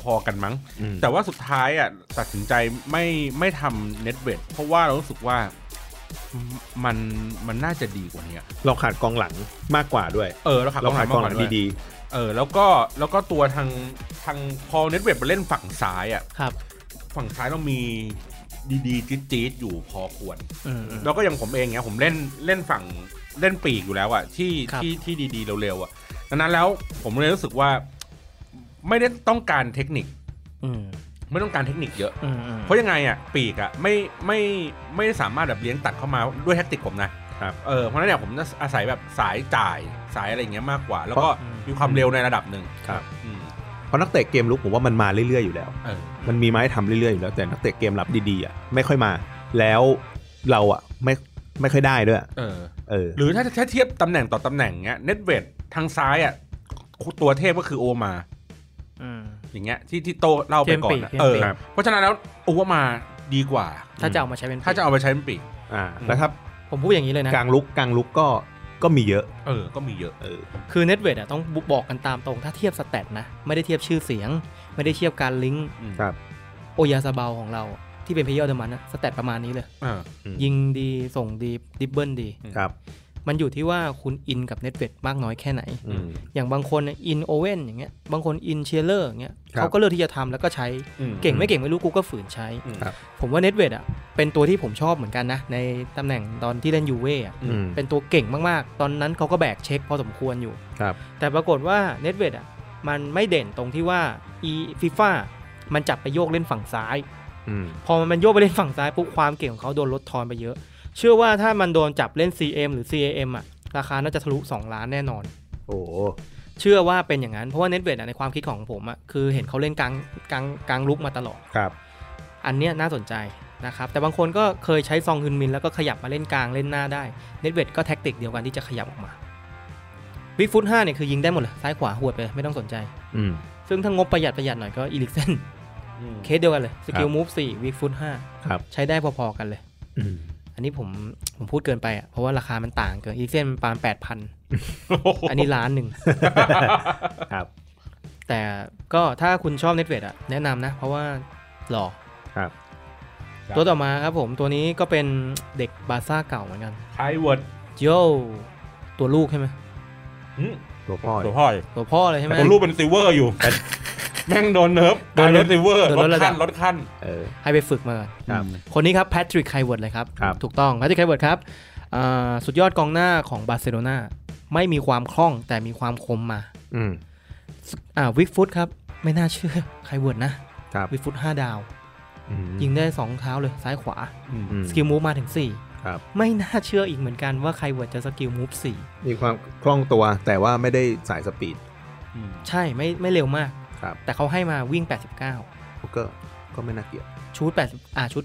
Speaker 1: พอๆกันมั้ง
Speaker 4: อืม
Speaker 1: แต่ว่าสุดท้ายอ่ะตัดสินใจไม่ไม่ทำเน็ตเวทเพราะว่าเรารู้สึกว่ามันมันน่าจะดีกว่านี้อะ
Speaker 4: เราขาดกองหลังมากกว่าด้วย
Speaker 1: เออเราขับ
Speaker 4: เราขาดกองหลัง
Speaker 1: ดี
Speaker 4: ดี
Speaker 1: เออแล้วก็แล้วก็ตัวทางทางพอเน็ตเวทมาเล่นฝั่งซ้ายอ่ะ
Speaker 3: ครับ
Speaker 1: ฝั่งซ้ายเรามีดีๆจี๊ดๆอยู่พอควร
Speaker 3: อืมอืม
Speaker 1: แล้วก็อย่างผมเองเนี่ยผมเล่นเล่นฝั่งเล่นปีกอยู่แล้วอะที่
Speaker 3: ครับ
Speaker 1: ที่ที่ดีๆเร็วๆอะดังนั้นแล้วผมเลยรู้สึกว่าไม่ได้ต้องการเทคนิค
Speaker 3: อืม
Speaker 1: ไม่ต้องการเทคนิคเยอะ
Speaker 3: อืมอืม
Speaker 1: เพราะยังไงอะปีกอะไม่ไม่ไม่สามารถแบบเลี้ยงตัดเข้ามาด้วยแท็กติกผมนะ
Speaker 4: ๆครับ
Speaker 1: เออเพราะฉะนั้นเนี่ยผมจะอาศัยแบบสายจ่ายสายอะไรอย่างเงี้ยมากกว่า แล้วก็มีความเร็วในระดับหนึ่ง
Speaker 4: ครับ
Speaker 1: อืม
Speaker 4: เพราะนักเตะเกมลุกผมว่ามันมาเรื่อยๆอยู่แล้ว
Speaker 1: เออ
Speaker 4: มันมีไม้ทำเรื่อยๆอยู่แล้วแต่นักเตะเกมรับดีๆอ่ะไม่ค่อยมา แล้วเราอ่ะไม่ไม่ค่อยได้ด้วย
Speaker 1: เออ
Speaker 4: เออ
Speaker 1: หรือถ้าถ้าเทียบตำแหน่งต่อตำแหน่งเงี้ยเน็ตเวททางซ้ายอะตัวเทพก็คือโอมา
Speaker 3: อืม
Speaker 1: อย่างเงี้ยที่ที่โตเล่าไปก่อนนะ
Speaker 3: เกมปีก
Speaker 1: เออ
Speaker 3: เกมปีก
Speaker 1: เพราะฉะนั้นแล้วโอวามาดีกว่า
Speaker 3: ถ้าจะเอามาใช้เป็น
Speaker 1: ถ้าจะเอาไปใช้เป็นปีก
Speaker 4: อ่าแล้วถ้า
Speaker 3: ผมพูดอย่างนี้เลยนะ
Speaker 4: กลางลุกกลางลุกก็ก็มีเยอะ
Speaker 1: เออ ก็มีเยอะ
Speaker 4: เออ
Speaker 3: คือเน็ตเวทต้องบอกกันตามตรง ถ้าเทียบสแตทนะ ไม่ได้เทียบชื่อเสียง ไม่ได้เทียบการลิงก์
Speaker 1: อืม
Speaker 4: ครับ
Speaker 3: โอยาซาเบาของเราอะที่เป็นเพย์เยอร์เดอะมันนะสแตทประมาณนี้เลย
Speaker 1: เออ
Speaker 4: อืม
Speaker 3: ยิงดีส่งดีดิบเบิลดี
Speaker 4: ครับ
Speaker 3: มันอยู่ที่ว่าคุณอินกับเน็ตเวทมากน้อยแค่ไหน
Speaker 4: อืม
Speaker 3: อย่างบางคนเนี่ยอินโอเว่นอย่างเงี้ยบางคนอินเชียร์เลอร์อย่างเงี้ย
Speaker 4: ครับ
Speaker 3: เขาก็เลือกที่จะทำแล้วก็ใช้
Speaker 1: อืม
Speaker 3: เก่งไม่เก่งไม่รู้กูก็ฝืนใช้
Speaker 1: อืม
Speaker 4: ครับ
Speaker 3: ผมว่าเน็ตเวทอ่ะเป็นตัวที่ผมชอบเหมือนกันนะ ในตำแหน่งตอนที่เล่นยูเว่อะ
Speaker 4: อืม
Speaker 3: เป็นตัวเก่งมากๆ ตอนนั้นเขาก็แบกเช็คพอสมควรอยู่
Speaker 4: ครับ
Speaker 3: แต่ปรากฏว่าเน็ตเวทอ่ะมันไม่เด่นตรงที่ว่าอีฟีฟ่ามันจับไปโยกเล่นฝั่งซ้าย
Speaker 4: อืม
Speaker 3: พอมันโยกไปเล่นฝั่งซ้ายปุ๊บความเก่งของเขาโดนลดทอนไปเยอะ เชื่อว่าถ้ามันโดนจับเล่น CM หรือ CAM อ่ะ ราคาน่าจะทะลุ 2 ล้านแน่นอน
Speaker 4: โอ้โห
Speaker 3: เชื่อว่าเป็นอย่างนั้น เพราะว่าเน็ตเวดในความคิดของผมอ่ะคือเห็นเขาเล่นกลางกลางกลางลุกมาตลอด
Speaker 4: ครับ
Speaker 3: อันเนี้ยน่าสนใจนะครับ แต่บางคนก็เคยใช้ซองฮึนมิน แล้วก็ขยับมาเล่นกลางเล่นหน้าได้เน็ตเวดก็แท็กติกเดียวกันที่จะขยับออกมาวิกฟุต5เนี่ยคือยิงได้หมดเลยซ้ายขวาหวดไปเลยไม่ต้องสนใจ
Speaker 4: อืม
Speaker 3: ซึ่งถ้างบประหยัดประหยัดหน่อยก็อีลิกเซน
Speaker 1: อืม
Speaker 3: เคสเดียวกันเลยสกิ
Speaker 4: ค
Speaker 3: ล
Speaker 4: รับ
Speaker 3: มูฟสี่วิกฟุตห้า
Speaker 4: ครับ
Speaker 3: ใช้ได้พอๆกันเลย
Speaker 4: อืม
Speaker 3: อันนี้ผมผมพูดเกินไปอ่ะเพราะว่าราคามันต่างเกินอีเซนมันประมาณแปด พันอันนี้ล้านหนึ่ง
Speaker 4: ครับ
Speaker 3: แต่ก็ถ้าคุณชอบเน็ตเวดอ่ะแนะนำนะ เพราะว่าหล่อ
Speaker 4: ครับ
Speaker 1: ครับ
Speaker 3: ตัวต่อมาครับผมตัวนี้ก็เป็นเด็กบาร์ซ่าเก่าเหมือนกัน
Speaker 1: ไทยเวิร์ด
Speaker 3: โยตัวลูกใช่ไหม
Speaker 1: อืม
Speaker 4: ตัวพ่อ
Speaker 1: ตัวพ่อย
Speaker 3: ตัวพ่อเลยใช่ไหม
Speaker 1: ตัวรูปเป็นซิลเวอ ร์อยู่ แม่งโดนเนิร์ฟ
Speaker 3: โดน
Speaker 1: ตาย
Speaker 3: ล
Speaker 1: ร
Speaker 3: ด
Speaker 1: ถซิลเวอร์
Speaker 3: โดน
Speaker 1: ล
Speaker 3: ล
Speaker 1: ด
Speaker 3: ดระดั
Speaker 1: ขั้
Speaker 3: บ
Speaker 1: นลดขั้น
Speaker 4: เออ
Speaker 3: ให้ไปฝึกมาก่อน
Speaker 4: ครับ
Speaker 3: คนนี้ครับแพทริกไคเวิร์ดเลยครับ
Speaker 4: ครับ
Speaker 3: ถูกต้องแพทริกไคเวิร์ดครับอ่าสุดยอดกองหน้าของบาร์เซโลนาไม่มีความคล่องแต่มีความคมมา
Speaker 4: อืม
Speaker 3: อ่าวิกฟุตครับ ไม่น่าเชื่อ ไคเวิร์ดนะครับ วิกฟุตห้าดาว
Speaker 4: อืม
Speaker 3: ยิงได้ 2 เท้าเลยซ้ายขวา
Speaker 4: อืม
Speaker 3: สกิลมูฟมาถึง
Speaker 4: ครับ
Speaker 3: ไม่น่าเชื่ออีกเหมือนกันว่าใครเวิร์ดจะสกิลมูฟสี่
Speaker 4: มีความคล่องตัวแต่ว่าไม่ได้สายสปีด
Speaker 1: อืม
Speaker 3: ใช่ไม่ไม่เร็วมาก
Speaker 4: ครับ
Speaker 3: แต่เขาให้มาวิ่ง
Speaker 4: โอเกอร์ก็ไม่น่าเกลียด
Speaker 3: 89 ชุด80อ่าชุด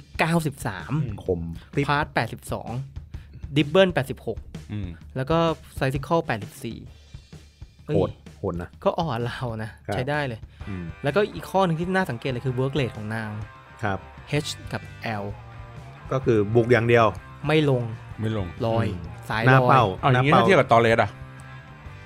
Speaker 3: 93
Speaker 4: คมปิ๊บ
Speaker 3: พาร์ท 82 ดิบเบิล86
Speaker 1: อืม
Speaker 3: แล้วก็ไซซิคอล84เอ้ย
Speaker 4: โหดโหดนะ
Speaker 3: ก็อ่อนเรานะ
Speaker 4: ครับ
Speaker 3: ใช้ได้เลย
Speaker 4: อืม
Speaker 3: แล้วก็อีกข้อหนึ่งที่น่าสังเกตเลยคือเวิร์กเลทของนาง
Speaker 4: ครับ
Speaker 3: H กับ L
Speaker 4: ก็คือบุกอย่างเดียว
Speaker 3: ไม่ลง
Speaker 1: ไม่ลง
Speaker 3: ลอย
Speaker 4: อืม
Speaker 3: สาย
Speaker 4: หน้า
Speaker 3: ลอย
Speaker 4: เป้า
Speaker 1: เอาอ
Speaker 4: ห
Speaker 1: ย่า
Speaker 4: น้าง
Speaker 1: นี้
Speaker 4: เป้า
Speaker 1: ถ้าเทียบกับตอเลสอะ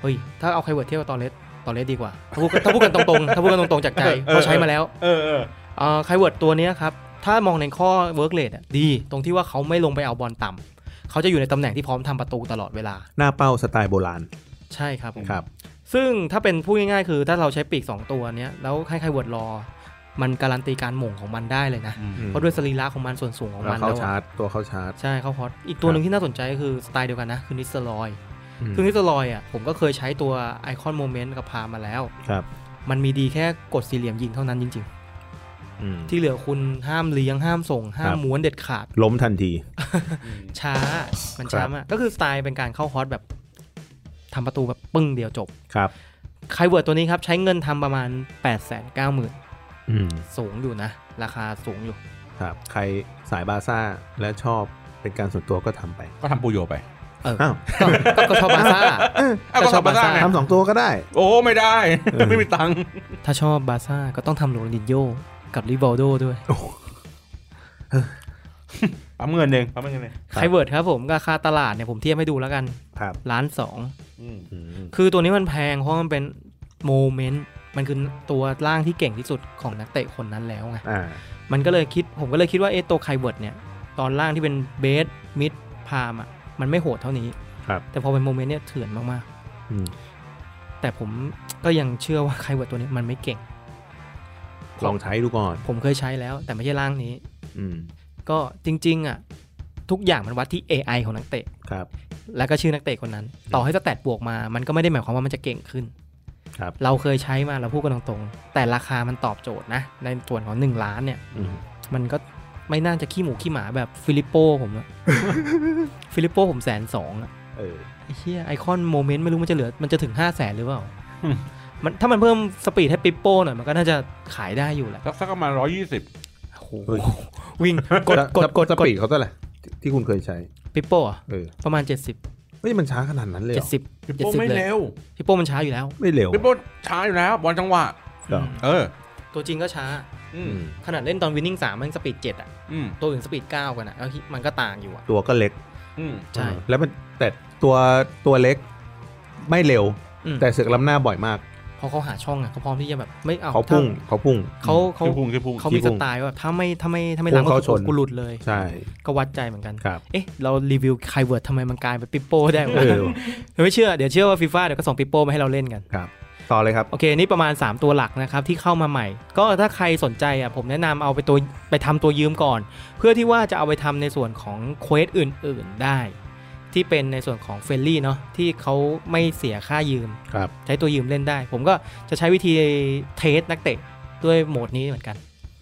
Speaker 3: เฮ้ย ถ้าเอาไคเวิร์ดเทียบกับตอเลสตอเลสดีกว่า ถ้าพูดถ้าพูดกันตรงๆ ถ้าพูดกันตรงๆ จากใจเพราะใช้มาแล้ว
Speaker 1: เออเออ
Speaker 3: เอ่อไคเวิร์ดตัวเนี้ยครับ ถ้ามองในข้อเวิร์กเลทดี ตรงที่ว่าเขาไม่ลงไปเอาบอลต่ำเขาจะอยู่ในตำแหน่งที่พร้อมทำประตูตลอดเวลา
Speaker 4: หน้าเป้าสไตล์โบราณ
Speaker 3: ใช่ครับผม
Speaker 4: ครับ
Speaker 3: ซึ่งถ้าเป็นพูดง่ายๆ คือถ้าเราใช้ปีก 2 ตัวเนี้ยแล้วให้ไคเวิร์ดรอ มันการันตีการหม่งของมันได้เลยนะ
Speaker 1: อืม
Speaker 4: อืม
Speaker 3: เพราะด้วยสรีระของมันส่วนสูงของ
Speaker 4: แล้ว
Speaker 3: มัน
Speaker 4: เข้า
Speaker 3: แล้วอะ
Speaker 4: ชาร์จตัวเข้าชาร์จ
Speaker 3: ใช่เขาฮอต อีก
Speaker 4: ค
Speaker 3: ตั
Speaker 4: รั
Speaker 3: ว
Speaker 4: บ
Speaker 3: หนึ่งที่น่าสนใจก็คือสไตล์เดียวกันนะคือนิสเตอร์ลอย
Speaker 4: อืม
Speaker 3: ซึ่งนิสเตอร์ลอยอ่ะผมก็เคยใช้ตัวไอคอนโมเมนต์กับพามาแล้ว
Speaker 4: ครับ
Speaker 3: มันมีดีแค่กดสี่เหลี่ยมยิงเท่านั้นจริง
Speaker 4: อืม
Speaker 3: ๆ ที่เหลือคุณห้ามเลี้ยงห้ามส่ง ห้าม
Speaker 4: ครับ
Speaker 3: ม้วนเด็ดขาด
Speaker 4: ล้มทันที
Speaker 3: ช้า มัน
Speaker 4: ครั
Speaker 3: ช้า
Speaker 4: บ
Speaker 3: มากก็คือสไตล์เป็นการเข้าฮอตแบบทำประตูแบบปึ้งเดียวจบ
Speaker 4: ครับ
Speaker 3: ไคเวิร์ดตัวนี้ครับ ใช้เงินทำประมาณ 8 9 0 0 0 0
Speaker 4: อืม
Speaker 3: สูงอยู่นะ ราคาสูงอยู่
Speaker 4: ครับ ใครสายบาร์ซ่าและชอบเป็นการส่วนตัวก็ทำไป
Speaker 1: ก็ทำปูโยไป
Speaker 3: เออ
Speaker 4: อ้าว
Speaker 3: ก็ก็ชอบบาร์ซ่า
Speaker 1: อ้าวก็
Speaker 3: แต่ชอบ
Speaker 1: ทำมาได้
Speaker 3: บาซ่า
Speaker 1: ไง
Speaker 4: ทำสองตัวก็ได้
Speaker 1: โอ้ไม่ได้
Speaker 4: เออ
Speaker 1: ไม่มีตังค์
Speaker 3: ถ้าชอบบาร์ซ่าก็ต้องทำโรนัลดินโญ่กับริบอลโดด้วย
Speaker 1: ปั๊มเงินเองปั๊มเงินเอง
Speaker 3: ไคเวิร์ดครับผมราคาตลาดเนี่ยผมเทียบให้ดูแล้วกัน
Speaker 4: ครับ
Speaker 3: ล้านสอง
Speaker 1: อืม
Speaker 4: อืม
Speaker 3: คือตัวนี้มันแพงเพราะมันเป็นโมเมนต์มันคือตัวร่างที่เก่งที่สุดของนักเตะคนนั้นแล้วไง
Speaker 4: อ่า
Speaker 3: มันก็เลยคิดผมก็เลยคิดว่าเอะตัวไคเวิร์ดเนี่ย ตอนล่างที่เป็นเบสมิดพามอ่ะมันไม่โหดเท่านี้
Speaker 4: ครับ
Speaker 3: แต่พอเป็นโมเมนต์เนี่ยเถื่อนมาก
Speaker 4: อืม
Speaker 3: ๆ แต่ผมก็ยังเชื่อว่าไคเวิร์ดตัวนี้มันไม่เก่ง
Speaker 4: ลองใช้ดูก่อน
Speaker 3: ผมเคยใช้แล้ว แต่ไม่ใช่ร่างนี้
Speaker 4: อืม
Speaker 3: ก็จริง ๆ อ่ะ ทุกอย่างมันวัดที่ AI ของนักเตะ
Speaker 4: ครับ
Speaker 3: แล้วก็ชื่อนักเตะคนนั้น ต่อให้สแตทบวกมา มันก็ไม่ได้หมายความว่ามันจะเก่งขึ้น
Speaker 4: ครับ
Speaker 3: เราเคยใช้มาเราพูดกันตรงๆ แต่ราคามันตอบโจทย์นะ ในส่วนของ 1 ล้านเนี่ย
Speaker 4: อืม
Speaker 3: มันก็ไม่น่าจะขี้หมูขี้หมาแบบฟิลิปโปผม อะ ฟิลิปโปผมแสนสองอะ
Speaker 4: เออ
Speaker 3: ไอ้เฮียไอคอนโมเมนต์ไม่รู้มันจะเหลือ มันจะถึง 5 0 0แสนหรือเปล่า มันถ้ามันเพิ่มสปีดให้ปิปโป้หน่อย มันก็น่าจะขายได้อยู่แหละ
Speaker 1: สักสักประมาณร้อยยี่สิบ
Speaker 3: โอ้โห
Speaker 4: เฮ้ย
Speaker 3: วิ่งกด
Speaker 4: แล้ว
Speaker 3: กด
Speaker 4: แล้ว
Speaker 3: กด
Speaker 4: สปีดเขาเท่าไหร่ที่ที่คุณเคยใช้
Speaker 3: ปิปโป้อะ
Speaker 4: เออ
Speaker 3: ประมาณ 70 70
Speaker 4: เฮ้ยมันช้าขนาดนั้นเลยเหรอ
Speaker 1: ปิโป้
Speaker 3: 70
Speaker 1: ไม่
Speaker 3: เลย
Speaker 1: เร็ว
Speaker 3: ปิปโป้มันช้าอยู่แล้ว
Speaker 4: ไม่เร็ว
Speaker 1: ปิโป้ช้าอยู่แล้วบอลจังหวะ
Speaker 4: เหรอ
Speaker 1: เออ
Speaker 3: ตัวจริงก็ช้า
Speaker 1: อื
Speaker 4: อื
Speaker 1: ม
Speaker 4: ม
Speaker 3: ขนาดเล่นตอนวินนิ่งสามมันสปีดเจ็ดอะ
Speaker 1: อืม
Speaker 3: ตัวอื่นสปีดเก้ากันอะแล้วมันก็ต่างอยู่อะ
Speaker 4: ตัวก็เล็ก
Speaker 1: อืม
Speaker 3: ใช่
Speaker 4: เออแล้วมันแต่ตัวตัวเล็กไม่เร็ว
Speaker 3: อืม
Speaker 4: แต่เสือกล้ำหน้าบ่อยมาก
Speaker 3: พอเขาหาช่องอะเขาพร้อมที่จะแบบไม่เอา
Speaker 4: เขาพุ่ง
Speaker 3: ถ้
Speaker 4: เขาพุ่ง
Speaker 3: าเขาเขา
Speaker 1: คือพุงคือพุง
Speaker 3: เขา
Speaker 4: ที่
Speaker 3: มี
Speaker 4: พุ่
Speaker 3: ส
Speaker 4: ง
Speaker 3: ไตล์ว่าถ้าไม่ถ้าไม่ถ้าไม่
Speaker 4: พุ่
Speaker 3: ล้าง งก็
Speaker 4: เข้า
Speaker 3: คือ
Speaker 4: ชน
Speaker 3: กูหลุดเลย
Speaker 4: ใช่
Speaker 3: ก็วัดใจเหมือนกัน
Speaker 4: ครับ
Speaker 3: เอ๊ะ เรารีวิวใครเวิร์ดทำไมมันกลายเป็นปิปโป้ได้วะ
Speaker 4: เออ
Speaker 3: ไม่เชื่อเดี๋ยวเชื่อว่าฟีฟ่าเดี๋ยวก็ส่งปิปโป้มาให้เราเล่นกัน
Speaker 4: ครับ ต่อเลยครับ
Speaker 3: โอเค นี่ประมาณ 3 ตัวหลักนะครับ ที่เข้ามาใหม่ ก็ถ้าใครสนใจอ่ะผมแนะนำเอาไปตัวไปทำตัวยืมก่อน เพื่อที่ว่าจะเอาไปทำในส่วนของเควสอื่น ๆได้ ที่เป็นในส่วนของเฟลลี่เนาะที่เขาไม่เสียค่ายืม
Speaker 4: ครับ
Speaker 3: ใช้ตัวยืมเล่นได้ ผมก็จะใช้วิธีเทสนักเตะด้วยโหมดนี้เหมือนกัน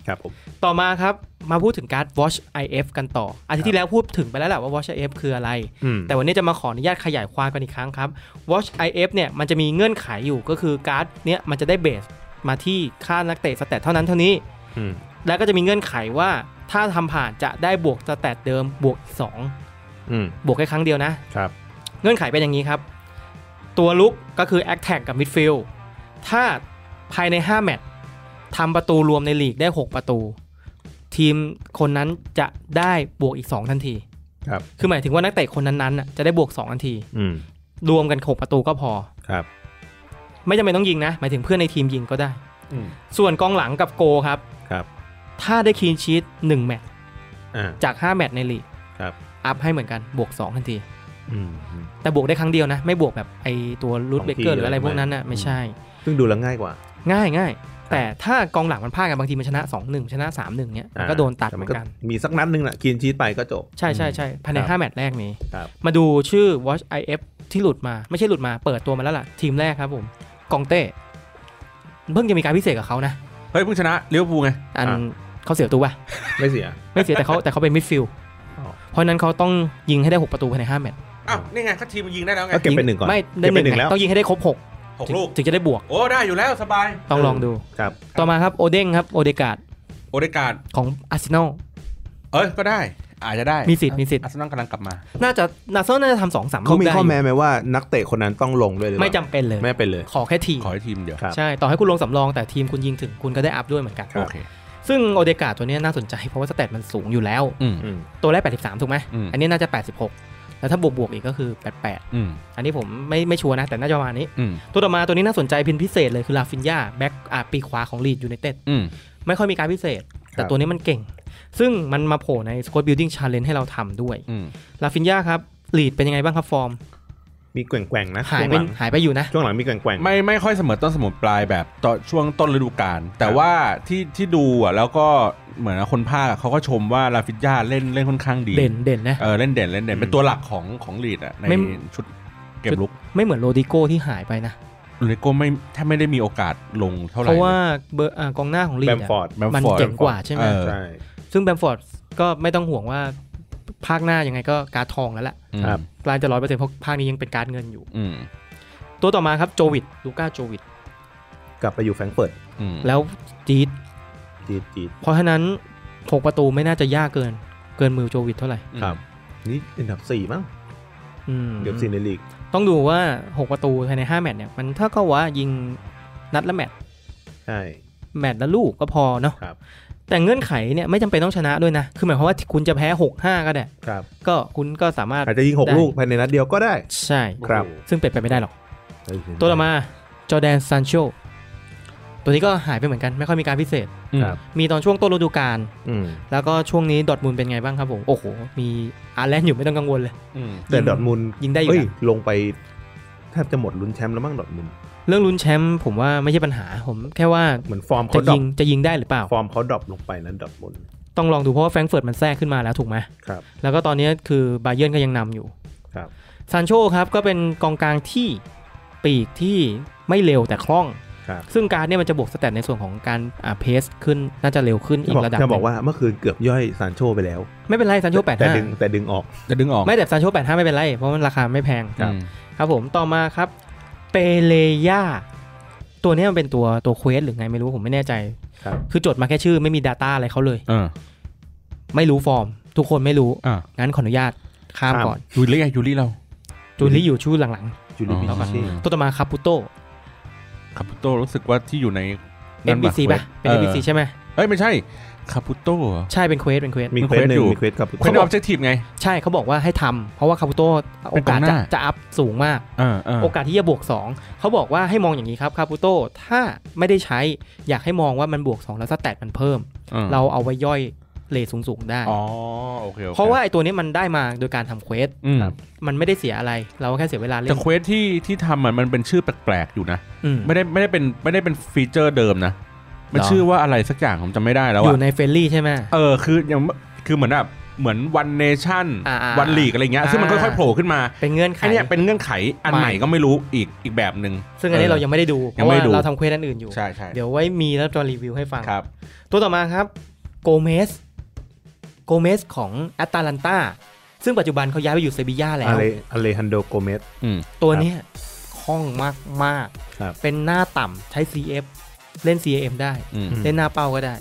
Speaker 4: ครับผม
Speaker 3: ต่อมาครับ มาพูดถึงการ์ด Watch IF กันต่อ อาทิตย์ที่แล้วพูดถึงไปแล้วแหละว่า Watch IF คืออะไร
Speaker 4: อืม
Speaker 3: แต่วันนี้จะมาขออนุญาตขยายความกันอีกครั้งครับ Watch IF เนี่ยมันจะมีเงื่อนไขอยู่ก็คือการ์ดเนี่ยมันจะได้เบสมาที่ค่านักเตะสแตทเท่านั้นเท่านี้
Speaker 4: อืม
Speaker 3: แล้วก็จะมีเงื่อนไขว่าถ้าทำผ่านจะได้บวกสแตทเดิมบวกอีกสอง
Speaker 4: อืม
Speaker 3: บวกแค่ครั้งเดียวนะ
Speaker 4: ครับ
Speaker 3: เงื่อนไขเป็นอย่างนี้ครับ ตัวลุกก็คือ a อ t แท็กกับมิดฟิลถ้าภายใน 5 แมตช์ทำประตูรวมในลีกได้ 6 ประตู ทีมคนนั้นจะได้บวกอีก 2 ทันที
Speaker 4: ครับ
Speaker 3: คือหมายถึงว่านักเตะคนนั้นๆน่ะจะได้บวก 2 ทันที
Speaker 4: อืม
Speaker 3: รวมกัน 6 ประตูก็พอ
Speaker 4: ครับ
Speaker 3: ไม่จำเป็นต้องยิงนะ หมายถึงเพื่อนในทีมยิงก็ได้
Speaker 1: อืม
Speaker 3: ส่วนกองหลังกับโกครับ
Speaker 4: ครับ
Speaker 3: ถ้าได้คลีนชีต1แมตช์
Speaker 4: อ่า
Speaker 3: จาก 5 แมตช์ในลีก
Speaker 4: ครับ
Speaker 3: อัพให้เหมือนกันบวก 2 ทันที
Speaker 4: อืมอืม
Speaker 3: แต่บวกได้ครั้งเดียวนะ ไม่บวกแบบไอตัวรูทเบเกอร์หรืออะไรพวกนั้นน่ะไม่ใช่
Speaker 4: ซึ่งดูแล้วง่ายกว่า
Speaker 3: ง่ายง่ายแต่ถ้ากองหลังมันพลาดกันบางทีมันชนะ 2-1 ชนะ 3-1เนี่ยมันก็โดนตัดเหมือนกัน
Speaker 4: มีสักนัดหนึงน่ะกินชีสไปก็จบ
Speaker 3: ใช่ใช่ใช่ภายใน
Speaker 4: ครับ
Speaker 3: 5 แมตช์แรกนี้
Speaker 4: ครับ
Speaker 3: มาดูชื่อ Watch IF ที่หลุดมาไม่ใช่หลุดมาเปิดตัวมาแล้วล่ะ ทีมแรกครับผม กองเต้ เพิ่งจะมีการพิเศษกับเขานะ
Speaker 1: เฮ้ยเพิ่งชนะเลี้ยวภูลไง
Speaker 3: อัน
Speaker 4: อ่ะ
Speaker 3: เขาเสียประตูป่ะ
Speaker 4: ไม่เสีย
Speaker 3: ไม่เสียแต่เขาแต่เขาเป็นมิดฟิลด์
Speaker 4: อ๋อ
Speaker 3: เพราะฉะนั้นเขาต้องยิงให้ได้ 6 ประตูภายใน5แมตช์
Speaker 1: อ้าวนี่ไงก็ทีมมันยิงได้แล้วไง
Speaker 4: ก็เก็บไปหนึ่งก่อน
Speaker 3: ไม่ได้
Speaker 4: เก็บไป
Speaker 3: ห
Speaker 4: ห
Speaker 3: นึ่
Speaker 4: นึ่ง
Speaker 3: งแมต
Speaker 4: แล้ว
Speaker 3: ช์ต้องยิงให้ได้ครบ
Speaker 1: หก
Speaker 3: 6ถึง
Speaker 1: ลูก
Speaker 3: ถึงจะได้บวก
Speaker 1: โอ้ ได้อยู่แล้วสบาย
Speaker 3: ต้องลองดู
Speaker 4: ครับ
Speaker 3: ต่อมาครับโอเด้งครับโอเดการ์ด
Speaker 1: โอเดการ์ด
Speaker 3: ของอาร์เซนอล
Speaker 1: เอ้ย ก็ได้ อาจจะได้
Speaker 3: มีสิทธิ์มีสิทธิ์
Speaker 1: อาร์เซนอลกำลังกลับมา
Speaker 3: น่าจะนาโซน่าจะทำสองสาม
Speaker 4: เขา
Speaker 3: ลูก
Speaker 4: มี
Speaker 3: ได้
Speaker 4: ข้อแม้ไหมว่านักเตะคนนั้นต้องลงด้วยหรือเป
Speaker 3: ไม่
Speaker 4: ล่า
Speaker 3: จำเป็นเลย
Speaker 4: ไม่เป็นเลย
Speaker 3: ขอแค่ทีม
Speaker 1: ขอให้ทีมเดียว
Speaker 4: ครับ
Speaker 3: ใช่ ต่อให้คุณลงสำรองแต่ทีมคุณยิงถึงคุณก็ได้อัพด้วยเหมือนกัน
Speaker 1: โอเค
Speaker 3: ซึ่งโอเดกาตัวเนี้ยน่าสนใจเพราะว่าสเตตมันสูงอยู่แล้ว
Speaker 1: อืม
Speaker 4: อืม
Speaker 3: ตัวแรก 83 ถูกไหม
Speaker 1: อืม
Speaker 3: อันนี้น่าจะ 86 แล้วถ้าบวกบวกๆอีกก็คือ 88
Speaker 1: อืม
Speaker 3: อันนี้ผมไม่ไม่ชัวร์นะ แต่น่าจะประมาณนี้
Speaker 1: อืม
Speaker 3: ตัวต่อมาตัวนี้น่าสนใจเป็นพิเศษเลยคือลาฟินยาแบ็กอ่าปีกขวาของลีดยูไนเต็ด
Speaker 1: อืม
Speaker 3: ไม่ค่อยมีการพิเศษ แต่ตัวนี้มันเก่ง ซึ่งมันมาโผล่ในสกอตบิลดิ้งชาเลนจ์ให้เราทำด้วย
Speaker 1: อืม
Speaker 3: ลาฟินยาครับลีดเป็นยังไงบ้างครับฟอร์ม
Speaker 4: มีแกว่งๆนะ
Speaker 3: หาย
Speaker 4: ช่วงห
Speaker 3: ไป
Speaker 4: ลัง
Speaker 3: หายไปอยู่นะ
Speaker 4: ช่วงหลังมีแกว่งๆ
Speaker 1: ไม่ไม่ค่อยเสมอต้นเสมอปลายแบบต่อช่วงต้นฤดูกาลแต่ว่าที่ที่ดูอ่ะแล้วก็เหมือนคนภาคอะเขาก็ชมว่าลาฟิญาเล่นเล่นค่อนข้างดี
Speaker 3: เด่นเด่นนะ
Speaker 1: เออเล่นเด่นเล่นเด่น เป็นตัวหลักของของลีดอ่ะใน
Speaker 3: ไม่
Speaker 1: ชุดเก็บลุก
Speaker 3: ไม่เหมือนโรดิโก้ที่หายไปนะ
Speaker 1: ลูเลโก้ไม่แทบไม่ได้มีโอกาสลงเท่าไห
Speaker 3: เพ
Speaker 1: ร่
Speaker 3: ราะว่าเบอร์อ่ากองหน้าของลีด
Speaker 4: แบ
Speaker 3: อะ
Speaker 4: มฟอร์ด
Speaker 1: แบ
Speaker 3: มัน
Speaker 1: ฟอร์ด
Speaker 3: เจ๋งกว่าใช่ไหม
Speaker 1: เออ
Speaker 4: ใช่
Speaker 3: ซึ่งแบมฟอร์ดก็ไม่ต้องห่วงว่าภาคหน้ายังไงก็การดทองแล้วแหละ
Speaker 1: อืม
Speaker 4: ครับ
Speaker 3: กลายจะร้อยเปอร์เซ็นต์เพราะภาคนี้ยังเป็นการดเงินอยู่
Speaker 1: อืม
Speaker 3: ตัวต่อมาครับโจวิตลูก้าโจวิต
Speaker 4: กลับไปอยู่แฟรงก์เฟิร์ต
Speaker 1: อืม
Speaker 3: แล้วจี๊ด
Speaker 4: จีดจีด
Speaker 3: เพราะฉะนั้น 6 ประตูไม่น่าจะยากเกิน เกินมือโจวิตเท่าไหร่
Speaker 4: ครับ นี่อันดับสี่มั้ง
Speaker 3: อืม
Speaker 4: เดี๋ยวสี่ในลีก
Speaker 3: ต้องดูว่า 6 ประตูภายใน 5 แมตช์เนี่ย มันถ้าก็ว่ายิงนัดละแมตช์
Speaker 4: ใช่
Speaker 3: แมตช์ละลูกก็พอเนาะ
Speaker 4: ครับ
Speaker 3: แต่เงื่อนไขเนี่ยไม่จำเป็นต้องชนะด้วยนะ คือหมายความว่าคุณจะแพ้6-5ก็ได้
Speaker 4: ครับ
Speaker 3: ก็คุณก็สามารถ
Speaker 4: อาจจะยิงหกลูกภายในนัดเดียวก็ได้
Speaker 3: ใช่
Speaker 4: ครับ
Speaker 3: ซึ่งเป็นไปไม่ได้หรอก ตัวต่อมาจอแดนซานโชตัวนี้ก็หายไปเหมือนกัน ไม่ค่อยมีการพิเศษ
Speaker 1: อืม
Speaker 4: ครับ
Speaker 3: มีตอนช่วงต้นฤดูกาล
Speaker 4: อืม
Speaker 3: แล้วก็ช่วงนี้ดอร์ทมูลเป็นไงบ้างครับผม โอ้โห มีอาร์แลนด์อยู่ไม่ต้องกังวลเลย
Speaker 1: อืม
Speaker 4: แต่ดอร์ทมุนด์
Speaker 3: ยิงได้อยู่
Speaker 4: เอ้ย
Speaker 3: นะ
Speaker 4: ลงไปแทบจะหมดลุ้นแชมป์แล้วมั้งดอร์ทมุนด์
Speaker 3: เรื่องลุ้นแชมป์ผมว่าไม่ใช่ปัญหาผมแค่ว่า
Speaker 4: เหมือนฟอร์มเขา
Speaker 3: จะ
Speaker 4: ดรอ
Speaker 3: ยิงจะยิงได้หรือเปล่า
Speaker 4: ปฟอร์มเขาดรอปลงไปนั้นดอร์ทมุนด์
Speaker 3: ต้องลองดูเพราะว่าแฟรงก์เฟิร์ตมันแทรกขึ้นมาแล้วถูกไหม
Speaker 4: ครับ
Speaker 3: แล้วก็ตอนนี้คือบาเยิร์นก็ยังนำอยู่
Speaker 4: ครับ
Speaker 3: ซานโชครับก็เป็นกองกลางที่ปีกที่ไม่เร็วแต่คล่อง
Speaker 4: ครับ
Speaker 3: ซึ่งการดเนี่ยมันจะบวกสแตทในส่วนของการอ่าเพสขึ้นน่าจะเร็วขึ้นอี
Speaker 4: จะ
Speaker 3: ก
Speaker 4: บอก
Speaker 3: ระดับ
Speaker 4: จะบอก
Speaker 3: หนึ่ง
Speaker 4: ว่าเมื่อคืนเกือบย่อยซานโชไปแล้ว
Speaker 3: ไม่เป็นไรซานโชแปด
Speaker 4: แต่
Speaker 3: ห้า
Speaker 4: ดึงแต่ดึงออก
Speaker 1: จะดึงออก
Speaker 3: ไม่แต่ซานโช85 ไม่เป็นไร เพราะมันราคาไม่แพง
Speaker 1: อืม
Speaker 3: ครับผมต่อมาครับเปเลย่าตัวเนี้ยมันเป็นตัวตัวเควสหรือไงไม่รู้ผมไม่แน่ใจ
Speaker 4: ครับ
Speaker 3: อจดมาแค่ชื่อไม่มี Data อะไรเขาเลย
Speaker 1: เออ
Speaker 3: ไม่รู้ฟอร์ม ทุกคนไม่รู้
Speaker 1: อ่ะ
Speaker 3: งั้นขออนุญาตข้าม
Speaker 4: ข้าม
Speaker 3: ก่อน
Speaker 1: ยูรี่ไงยูรี่เรา
Speaker 3: จูลี่อยู่ชื่อหลัง
Speaker 4: จูลิปิ
Speaker 1: อ๋อ
Speaker 4: ชิ
Speaker 3: ๆ ตัวต่อมาคาปูโต้
Speaker 1: คาปุโต้รู้สึกว่าที่อยู่ใน
Speaker 3: NBC ป่ะ เป็น NBC ใช่ไหม
Speaker 1: เอ้ย ไม่ใช่คาปุโต้
Speaker 3: ใช่เป็นเควสเป็นเควส
Speaker 4: มีเควสหนึ่งมีเควสกับ
Speaker 1: เป็นออบเจกตีฟไง
Speaker 3: ใช่เขาบอกว่าให้ทำเพราะว่าคาปูโต้โอ
Speaker 1: เป็นกอ
Speaker 3: กาส
Speaker 1: งหน้า
Speaker 3: จะจะอัพสูงมาก
Speaker 1: เออเออ
Speaker 3: โอกาสที่จะบวก 2 เขาบอกว่าให้มองอย่างนี้ครับคาปูโต้ถ้าไม่ได้ใช้อยากให้มองว่ามันบวก 2 แล้วสแตทมันเพิ่ม
Speaker 1: ออ
Speaker 3: เราเอาไว้ย่อยเลทสูง ๆ ได้
Speaker 1: อ๋อโอเคโอค
Speaker 3: เพราะว่าไอตัวนี้มันได้มาโดยการทำเควส
Speaker 1: อืม
Speaker 4: ครับ
Speaker 3: มันไม่ได้เสียอะไร เราก็แค่เสียเวลาเล่
Speaker 1: แต่
Speaker 3: น
Speaker 1: เควสที่ที่ทำมันมันเป็นชื่อแปลกๆอยู่นะ
Speaker 3: อืม
Speaker 1: ไม่ได้ไม่ได้เป็นไม่ได้เป็นฟีเจอร์เดิมนะ มันชื่อว่าอะไรสักอย่างผมจำไม่ได้แล้ว
Speaker 3: อ
Speaker 1: อะ
Speaker 3: ยู่ในเฟลลี่ใช่ไหม
Speaker 1: เออคืออย่างคือเหมือนแบบเหมือนวันเนชั่น
Speaker 3: อ่าๆ
Speaker 1: วันลีกอะไรเงี้ย ซึ่งมัน
Speaker 3: อ่า
Speaker 1: ค่อยๆโผล่ขึ้นมา
Speaker 3: เป็นเงื่อนไข
Speaker 1: ไอันนี้เป็นเงื่อนไขอัน
Speaker 3: ใหม่
Speaker 1: ใหม่ก็ไม่รู้อีกอีกแบบหนึ่ง
Speaker 3: ซึ่งอันนี้เรายังไม่ได้ดูเพ
Speaker 1: ยัง
Speaker 3: ราะ
Speaker 1: ไม่
Speaker 3: ว่า
Speaker 1: ดู
Speaker 3: เราทำเควสอันอื่นอยู่
Speaker 1: ใช่ใช่
Speaker 3: เดี๋ยวไว้มีแล้วจะรีวิวให้ฟัง
Speaker 1: ครับ
Speaker 3: ตัวต่อมาครับโกเมสโกเมสของแอตแลนตาซึ่งปัจจุบันเขาย้ายไปอยู่เซบีย่าแล้ว
Speaker 4: อะไรอะไรฮันโดโกเมส
Speaker 1: อืม
Speaker 3: ตัวเนี้ยคล่องมากมากๆ
Speaker 4: ครับ
Speaker 3: เป็นหน้าต่ำใช้ CF เล่น CM ได้
Speaker 1: อืม
Speaker 4: ม
Speaker 3: เล่นหน้าเป้าก็ได้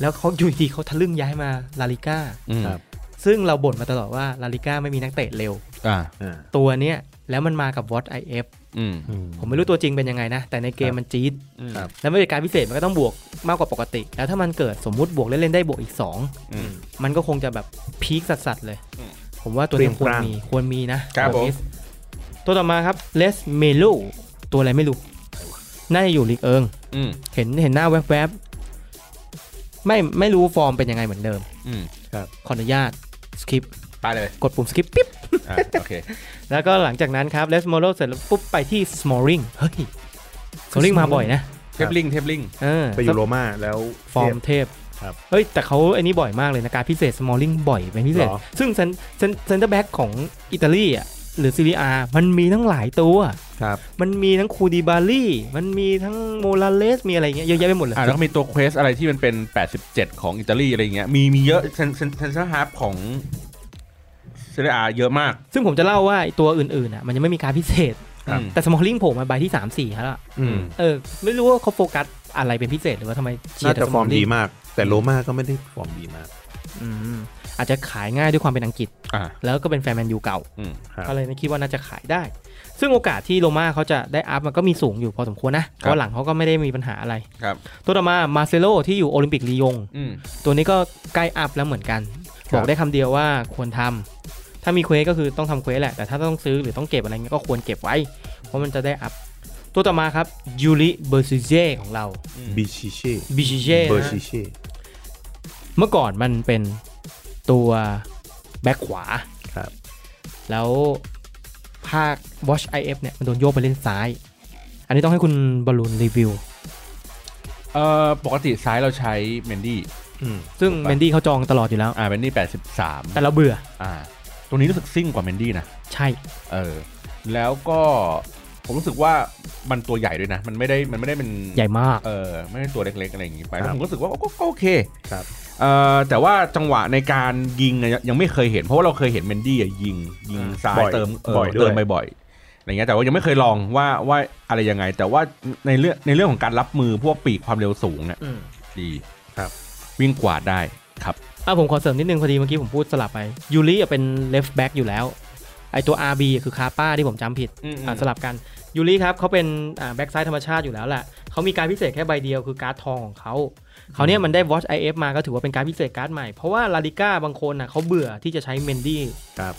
Speaker 3: แล้วเขาอยู่ดีเขาทะลึ่งย้ายมาลาลิก้า
Speaker 1: อืม
Speaker 4: ครับ
Speaker 3: ซึ่งเราบ่นมาตลอดว่าลาลิก้าไม่มีนักเตะเร็ว
Speaker 1: อ่า
Speaker 4: อ่า
Speaker 3: ตัวเนี้ยแล้วมันมากับวอตไอเอฟ
Speaker 1: อืม
Speaker 4: อืม
Speaker 3: ผมไม่รู้ตัวจริงเป็นยังไงนะ แต่ในเกมมันจี๊ด
Speaker 4: ครับ
Speaker 3: แล้วไม่เป็นการพิเศษมันก็ต้องบวกมากกว่าปกติ แล้วถ้ามันเกิดสมมุติบวกเล่นๆได้บวกอีก
Speaker 1: อืม
Speaker 3: 2 มันก็คงจะแบบพีคสัสๆเลย
Speaker 1: อืม
Speaker 3: ผมว่าตัวเนี้ย
Speaker 4: เป
Speaker 3: คว
Speaker 4: รี้ยงป
Speaker 3: ร
Speaker 4: ร้าง
Speaker 3: มีควรมีนะครับ
Speaker 1: ผม
Speaker 3: โเสตัวต่อมาครับเลสเมลูตัวอะไรไม่รู้น่าจะอยู่ลีกเอิง
Speaker 1: อืม
Speaker 3: เห็นเห็นหน้าแวบๆไม่ไม่รู้ฟอร์มเป็นยังไงเหมือนเดิม
Speaker 1: อืม
Speaker 3: ขออนุญาตสคิป
Speaker 1: ไปเลย
Speaker 3: กดปุ่มสคิปปิ๊บ
Speaker 1: อ่ะ โอเค
Speaker 3: แล้วก็หลังจากนั้นครับเลสโมโลเสร็จแล้วปุ๊บไปที่สมอริงเฮ้ยสมอริงมาบ่อยนะ
Speaker 1: เทปลิงเทปลิง
Speaker 3: เออ
Speaker 4: ไปอยู่โรม่าแล้ว
Speaker 3: ฟอร์มเทพ
Speaker 4: ครับ
Speaker 3: เฮ้ย แต่เขาไอ้นี่บ่อยมากเลยนะ การพิเศษสมอริงบ่อยเป็นพิเศษ
Speaker 4: เหรอ
Speaker 3: ซึ่งเซนเซนเซนเตอร์แบ็กของอิตาลีอ่ะหรือซีเรียอามันมีทั้งหลายตัว
Speaker 4: ครับ
Speaker 3: มันมีทั้งคูดิบาลี่ มันมีทั้งโมลาเลส มีอะไรเงี้ยเยอะแยะไปหมดเลย
Speaker 1: อ่าแล้วก็มีตัวเควสอะไรที่มันเป็น 87 ของอิตาลีอะไรอย่างเงี้ย มีมีเยอะเซนเซนเซนเซอร์ฮาร์ปของ เซเรียอาเยอะมาก
Speaker 3: ซึ่งผมจะเล่าว่าไอ้ตัวอื่นๆอ่ะมันยังไม่มีการดพิเศษ
Speaker 1: ครับ
Speaker 3: แต่สมอลลิงผมมาใบที่ 3 4แล้วล่ะ
Speaker 4: อืม
Speaker 3: เออไม่รู้ว่าเขาโฟกัสอะไรเป็นพิเศษหรือว่าทำไมเชีย
Speaker 4: น่า
Speaker 3: ร์แต่
Speaker 4: จะ
Speaker 3: ส
Speaker 4: ฟ
Speaker 3: ม
Speaker 4: อ
Speaker 3: อ
Speaker 4: ร์ม
Speaker 3: ลลิ
Speaker 4: ดี
Speaker 3: ง
Speaker 4: มาก แต่โลมาก็ไม่ได้ฟอร์มดีมาก
Speaker 3: อืมอาจจะขายง่ายด้วยความเป็นอังกฤษ
Speaker 1: อ่า
Speaker 3: แล้วก็เป็นแฟนแมนยูเก่า
Speaker 1: อืม
Speaker 4: ครับ
Speaker 3: ก็เลยไม่คิดว่าน่าจะขายได้ ซึ่งโอกาสที่โรม่าเขาจะได้อัพมันก็มีสูงอยู่พอสมควรนะ
Speaker 1: ค
Speaker 3: เพ
Speaker 1: รับ
Speaker 3: ราะหลังเขาก็ไม่ได้มีปัญหาอะไร
Speaker 1: ครับ
Speaker 3: ตัวต่อมา มาเซโลที่อยู่โอลิมปิกลียง
Speaker 1: อืม
Speaker 3: ตัวนี้ก็ใกล้อัพแล้วเหมือนกัน
Speaker 1: ครับ บ
Speaker 3: อกได้คำเดียวว่าควรทำ ถ้ามีเควสก็คือต้องทำเควสแหละ แต่ถ้าต้องซื้อหรือต้องเก็บอะไรเงี้ยก็ควรเก็บไว้ เพราะมันจะได้อัพ ตัวต่อมาครับยูริเบอร์ซิเจของเรา
Speaker 4: บิชิเช่
Speaker 3: บิชิเจ
Speaker 4: เบอร์ชิเช่
Speaker 3: เมื่อก่อนมันเป็นตัวแบ็คขวา
Speaker 4: ครับ
Speaker 3: แล้วภาค Watch IF เนี่ยมันโดนโยกไปเล่นซ้าย อันนี้ต้องให้คุณบอลลูนรีวิว
Speaker 1: เอ่อปกติซ้ายเราใช้เมนดี้
Speaker 4: อืม
Speaker 3: ซึ่งเมนดี้เขาจองตลอดอยู่แล้ว
Speaker 1: อ่าเมนดี้แปดสิบสาม
Speaker 3: แต่เราเบื่อ
Speaker 1: อ่า ตรงนี้รู้สึกซิ่งกว่าเมนดี้นะ
Speaker 3: ใช่
Speaker 1: เออ แล้วก็ผมรู้สึกว่ามันตัวใหญ่ด้วยนะ มันไม่ได้มันไม่ได้เป็น
Speaker 3: ใหญ่มาก
Speaker 1: เออไม่ได้ตัวเล็กๆ อะไรอย่างนี้ไป
Speaker 4: ครับ
Speaker 1: แล้วผมก็รู้สึกว่าก็ก็โอเค
Speaker 4: ครับ
Speaker 1: เอ่อแต่ว่าจังหวะในการยิงเนี่ยยังไม่เคยเห็น เพราะว่าเราเคยเห็นเมนดี้อะยิงยิงซ้าย
Speaker 4: บ่อย
Speaker 1: เติมเออ
Speaker 4: บ่อยด้วย
Speaker 1: เติมบ่อยๆอะไรเงี้ยแต่ว่ายังไม่เคยลองว่าว่าอะไรยังไง แต่ว่าในเรื่องในเรื่องของการรับมือพวกปีกความเร็วสูงเนี่ย
Speaker 3: อืม
Speaker 1: ดี
Speaker 4: ครับ
Speaker 1: วิ่งกวาดได้ครับ
Speaker 3: อ่ะผมขอเสริมนิดนึงพอดีเมื่อกี้ผมพูดสลับไปยูริอ่ะเป็นเลฟแบ็กอยู่แล้ว ไอตัว RB อ่ะคือคาป้าที่ผมจำผิด
Speaker 1: อืมอืม
Speaker 3: อ่ะสลับกันยูริครับเขาเป็นอ่าแบ็กซ้ายธรรมชาติอยู่แล้วแหละเขามีการดพิเศษแค่ใบเดียวคือการ์ดทองของเขาเขาวเนี่ยมันได้ Watch IF มาก็ถือว่าเป็นการดพิเศษการ์ดใหม่ เพราะว่าลาลิก้าบางคนอ่ะเขาเบื่อที่จะใช้เมนดี้
Speaker 4: ครับ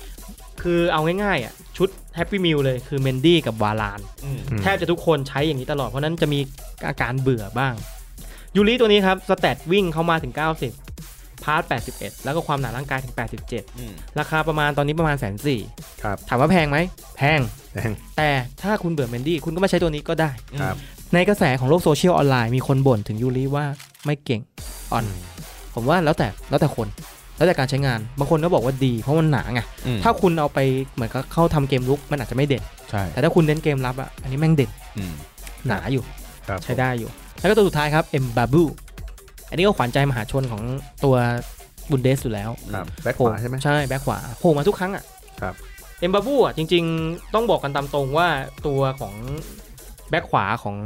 Speaker 3: คือเอาง่ายๆอ่ะชุดแฮปปี้มิลเลยคือเมนดี้กับวาลาน
Speaker 4: อืม
Speaker 3: แทบจะทุกคนใช้อย่างนี้ตลอด เพราะฉะนั้นจะมีอาการเบื่อบ้างยูริตัวนี้ครับ สแตทวิ่งเข้ามาถึง 90 พาร์ท 81 แล้วก็ความหนาร่างกายถึง 87 ราคาประมาณตอนนี้ประมาณแสนสี่
Speaker 4: ครับ
Speaker 3: ถามว่าแพงไหม แพง
Speaker 4: แดง
Speaker 3: แต่ถ้าคุณเบื่อเมนดี้คุณก็มาใช้ตัวนี้ก็ได้
Speaker 4: ครับ
Speaker 3: ในกระแสของโลกโซเชียลออนไลน์มีคนบ่นถึงยูริว่าไม่เก่งอ่อน ผมว่าแล้วแต่แล้วแต่คน แล้วแต่การใช้งาน บางคนก็บอกว่าดี เพราะมันหนาไง
Speaker 1: อืม
Speaker 3: ถ้าคุณเอาไปเหมือนกับเข้าทำเกมลุกมันอาจจะไม่เด่น
Speaker 1: ใช่
Speaker 3: แต่ถ้าคุณเน้นเกมรับอ่ะอันนี้แม่งเด่น
Speaker 1: อืม
Speaker 3: หนาอยู่
Speaker 4: ครับ
Speaker 3: ใช้ได้อยู่ แล้วก็ตัวสุดท้ายครับ เอ็มบาบูอันนี้ก็ขวัญใจมหาชนของตัวบุนเดสอยู่แล้ว
Speaker 4: ครับแบ็คข
Speaker 3: โผล่
Speaker 4: วาใช่ไหม
Speaker 3: ใช่แบ็คขวาโผล่มาทุกครั้งอ่ะ
Speaker 4: ครับ
Speaker 3: เอ็มบาบูอ่ะจริง ๆ ต้องบอกกันตามตรงว่าตัวของแบ็คขวาของ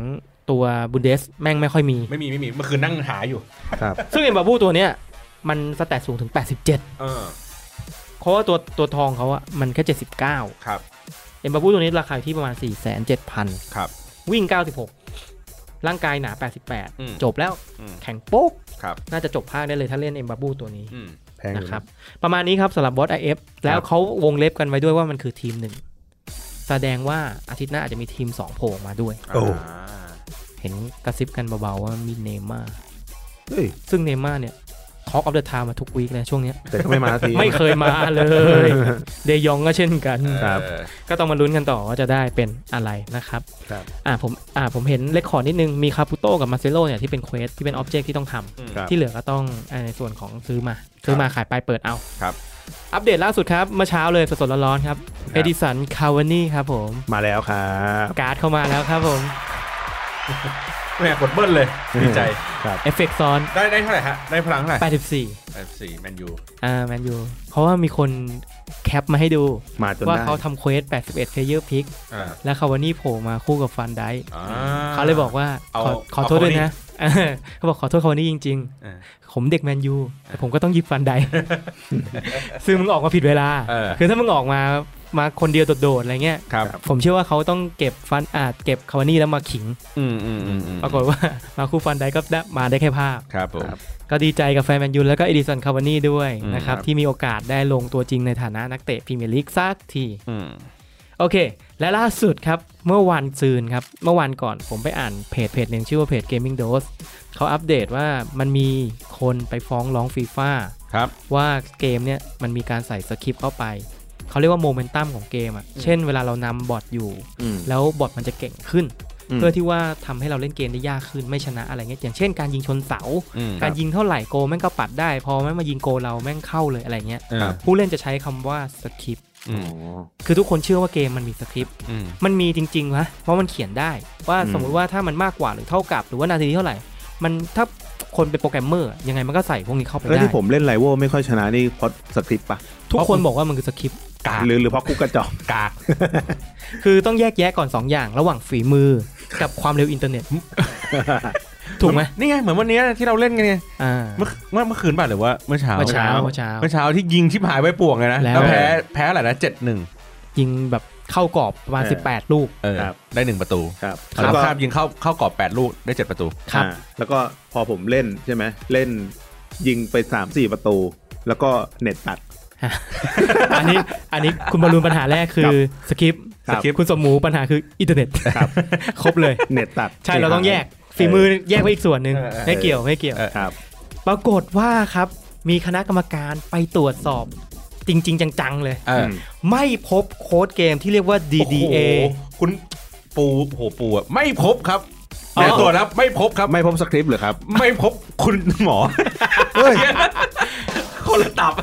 Speaker 3: ตัวบุนเดสแม่งไม่ค่อยมี
Speaker 1: ไม่มีไม่มีเมื่อคืนนั่งหาอยู่
Speaker 4: ครับ
Speaker 3: ซึ่งเอ็มบาบูตัวเนี้ยมันสแตทสูงถึง 87
Speaker 1: เออ
Speaker 3: เพราะว่าตัวตัวทองเขาอะมันแค่ 79 เ
Speaker 1: ครับ
Speaker 3: อ็มบาบูตัวนี้ราคาอยู่ที่ประมาณ 4 7 0 0 0
Speaker 1: ครับ
Speaker 3: วิ่ง 96 ร่างกายหนา
Speaker 1: อืม
Speaker 3: 88 จบแล้ว
Speaker 1: อืม
Speaker 3: แข็งโป๊ก
Speaker 1: ครับ
Speaker 3: น่าจะจบภาคได้เลยถ้าเล่นเอ็มบาบูตัวนี้
Speaker 1: อืม
Speaker 4: แพงอ
Speaker 3: นะ
Speaker 4: ยู่
Speaker 3: ครับ ประมาณนี้ครับสำหรับบอสไอเอฟแล้วเขาวงเล็บกันไว้ด้วยว่ามันคือทีมหนึ่ง แสดงว่าอาทิตย์หน้าอาจจะมีทีม 2 โผล่มาด้วย
Speaker 1: โอ้
Speaker 3: เห็นกระซิบกันเบาๆว่ามีเนม่า
Speaker 4: เฮ้ย
Speaker 3: ซึ่งเนม่าเนี่ยทอล์กออฟเดอะทามาทุกวีคเลยช่วงเนี้ย
Speaker 4: แต่ก็ไม่มาสักที
Speaker 3: ไม่เคยมาเลย เดยองก็เช่นกัน
Speaker 4: ครับ
Speaker 1: เออ
Speaker 3: ก็ต้องมาลุ้นกันต่อว่าจะได้เป็นอะไรนะครับ
Speaker 4: ครับ
Speaker 3: อ่าผมอ่าผมเห็นเลคคอร์ดนิดนึงมีคาปูโต้กับมาเซโลเนี่ยที่เป็นเควสที่เป็นออบเจกที่ต้องทำ
Speaker 1: อืม
Speaker 4: ครับ
Speaker 3: ที่เหลือก็ต้องเอ่อในส่วนของซื้อมา ซื้อมาขายไปเปิดเอา
Speaker 1: ครับ
Speaker 3: อัปเดตล่าสุดครับ เมื่อเช้าเลยสดๆร้อนๆครับ
Speaker 4: ครับ
Speaker 3: เอดิสัน คาวานี่ครับผม
Speaker 4: มาแล้วครับ
Speaker 3: การ์ดเข้ามาแล้วครับผม
Speaker 1: แม่กดเบิ้ลเลยดีใจ
Speaker 4: ครับ
Speaker 3: เอฟเฟกซ้อน
Speaker 1: ได้ได้เท่าไหร่ฮะได้พลังเท่าไหร่
Speaker 3: 84
Speaker 1: สี่แมนยู
Speaker 3: อ่าแมนยูเพราะว่ามีคนแคปมาให้ดู
Speaker 4: มาจน
Speaker 3: ว่า
Speaker 4: ได้
Speaker 3: เขาทำเควส 81 เพลเยอร์พิก
Speaker 1: อ่า
Speaker 3: และคาวานี่โผล่มาคู่กับฟันไดค์
Speaker 1: อ่
Speaker 3: เขาเลยบอกว่า
Speaker 1: เอา
Speaker 3: ขอขอ
Speaker 1: เอา
Speaker 3: โทษด้วย
Speaker 1: Cavani
Speaker 3: นะเออเขาบอกขอโทษคาวานี่จริง
Speaker 1: เออ
Speaker 3: ๆ ผมเด็กแมนยูแต่ผมก็ต้องหยิบฟันไดค์ ซึ่งมึงออกมาผิดเวลา
Speaker 1: เออ
Speaker 3: คือถ้ามึงออกมามาคนเดียวโดดๆอะไรเงี้ย
Speaker 1: ครับ
Speaker 3: ผมเชื่อว่าเขาต้องเก็บฟันอาจเก็บคาวานี่แล้วมาขิง
Speaker 1: อืมอืมอืมอืม
Speaker 3: ปรากฏว่า มาคู่ฟันได้ก็ได้มาได้แค่ภาพ
Speaker 1: ครับผม
Speaker 3: ก็ดีใจกับแฟนแมนยูแล้วก็เอดิสันคาวานี่ด้วย
Speaker 1: อืม
Speaker 3: นะครับ
Speaker 1: ครับ
Speaker 3: ที่มีโอกาสได้ลงตัวจริงในฐานะนักเตะพรีเมียร์ลีกสักที
Speaker 1: อืม
Speaker 3: โอเค และล่าสุดครับ เมื่อวันซืนครับ เมื่อวันก่อนผมไปอ่านเพจเพจหนึ่งชื่อว่าเพจ Gaming Dose เขาอัปเดตว่ามันมีคนไปฟ้องร้องฟีฟ่า
Speaker 1: ครับ
Speaker 3: ว่าเกมเนี่ยมันมีการใส่สคริปต์เข้าไป เขาเรียกว่าโมเมนตัมของเกมอ่ะเช่นเวลาเรานำบอทอยู่ แล้วบอทมันจะเก่งขึ้น
Speaker 4: อืม
Speaker 3: เพื่อที่ว่าทำให้เราเล่นเกมได้ยากขึ้นไม่ชนะอะไรเงี้ยอย่างเช่นการยิงชนเสา
Speaker 1: อืม
Speaker 3: การยิงเท่าไหร่โกลแม่งก็ปัดได้ พอแม่งมายิงโกลเราแม่งเข้าเลยอะไรเงี้ย
Speaker 1: อ่า
Speaker 3: ผู้เล่นจะใช้คำว่าสคริปต์
Speaker 1: อืม
Speaker 3: คือทุกคนเชื่อว่าเกมมันมีสคริปต์
Speaker 1: อืม
Speaker 3: มันมีจริงๆนะเพราะมันเขียนได้ ว่า
Speaker 4: อืม
Speaker 3: สมมุติว่าถ้ามันมากกว่าหรือเท่ากับ หรือว่านาทีเท่าไหร่ มันถ้าค คนเป็นโปรแกรมเมอร์ยังไงมันก็ใส่พวกนี้เข้าไป
Speaker 4: แล้ว
Speaker 3: ได้
Speaker 4: ที่ผมเล่นไลโวไม่ค่อยชนะนี่เพราะสคริปต์ปะ
Speaker 3: ทุกคนบอกว่ามันคือสคริปต์
Speaker 1: กาก
Speaker 4: หรือหรือเพราะกูกระจอก
Speaker 1: กาก
Speaker 3: คือต้องแยกแยะก่อนสองอย่างระหว่างฝีมือกับความเร็วอินเทอร์เน็ต ถูกไหม
Speaker 1: นี่ไงเหมือนวันเนี้ยที่เราเล่นกันไง
Speaker 3: อ่า
Speaker 1: เมื่อเมื่อเมื่อคืนป่ะหรือว่าเมื่อเช้า
Speaker 3: เมื่อเช้าเมื่อเช้า
Speaker 1: เมื่อเช้าที่ยิงชิบหายไปป่วงไงนะ
Speaker 3: แล้ว
Speaker 1: แล้วแพ้แพ้อะไรนะเจ็ดหนึ่ง
Speaker 3: ยิงแบบเข้ากรอบประมาณ 18 ลูก
Speaker 1: เออได้หนึ่งประตู
Speaker 4: ครับ
Speaker 1: สา
Speaker 4: แล้ว
Speaker 1: ม
Speaker 4: ก็
Speaker 1: คาบยิงเข้าเข้ากรอบแปดลูกได้เจ็ดประตู
Speaker 3: ครับ
Speaker 4: อ่าแล้วก็พอผมเล่นใช่ไหมเล่นยิงไปสามสี่ประตู แล้วก็เน็ตตัด
Speaker 3: อันนี้อันนี้คุณบอลลูนปัญหาแรกคือสคริปต์
Speaker 4: ครับ
Speaker 3: สคริปต์คุณสมหมูปัญหาคืออินเทอร์เน็ตครบเลย
Speaker 4: เน็ตตัด
Speaker 3: ใช่เราต้องแยกฝีมือแยกไปอีกส่วนหนึ่ง
Speaker 1: เออเออ
Speaker 3: ไม่เกี่ยวไม่เกี่ยว
Speaker 1: เออ
Speaker 4: ครับ
Speaker 3: ปรากฏว่าครับ มีคณะกรรมการไปตรวจสอบจริง ๆ จัง ๆ เลย
Speaker 1: เออ
Speaker 4: ม
Speaker 3: ไม่พบโค้ดเกมที่เรียกว่า DDA
Speaker 1: โอ้โหคุณปูโอ้โหปูอะไม่พบครับ
Speaker 3: อ๋อ
Speaker 1: แม่ตัวจแล้วไม่พบครับ
Speaker 4: ไม่พบสคริปต์เหรือครับ
Speaker 1: ไม่พบคุณหมอคนละตับ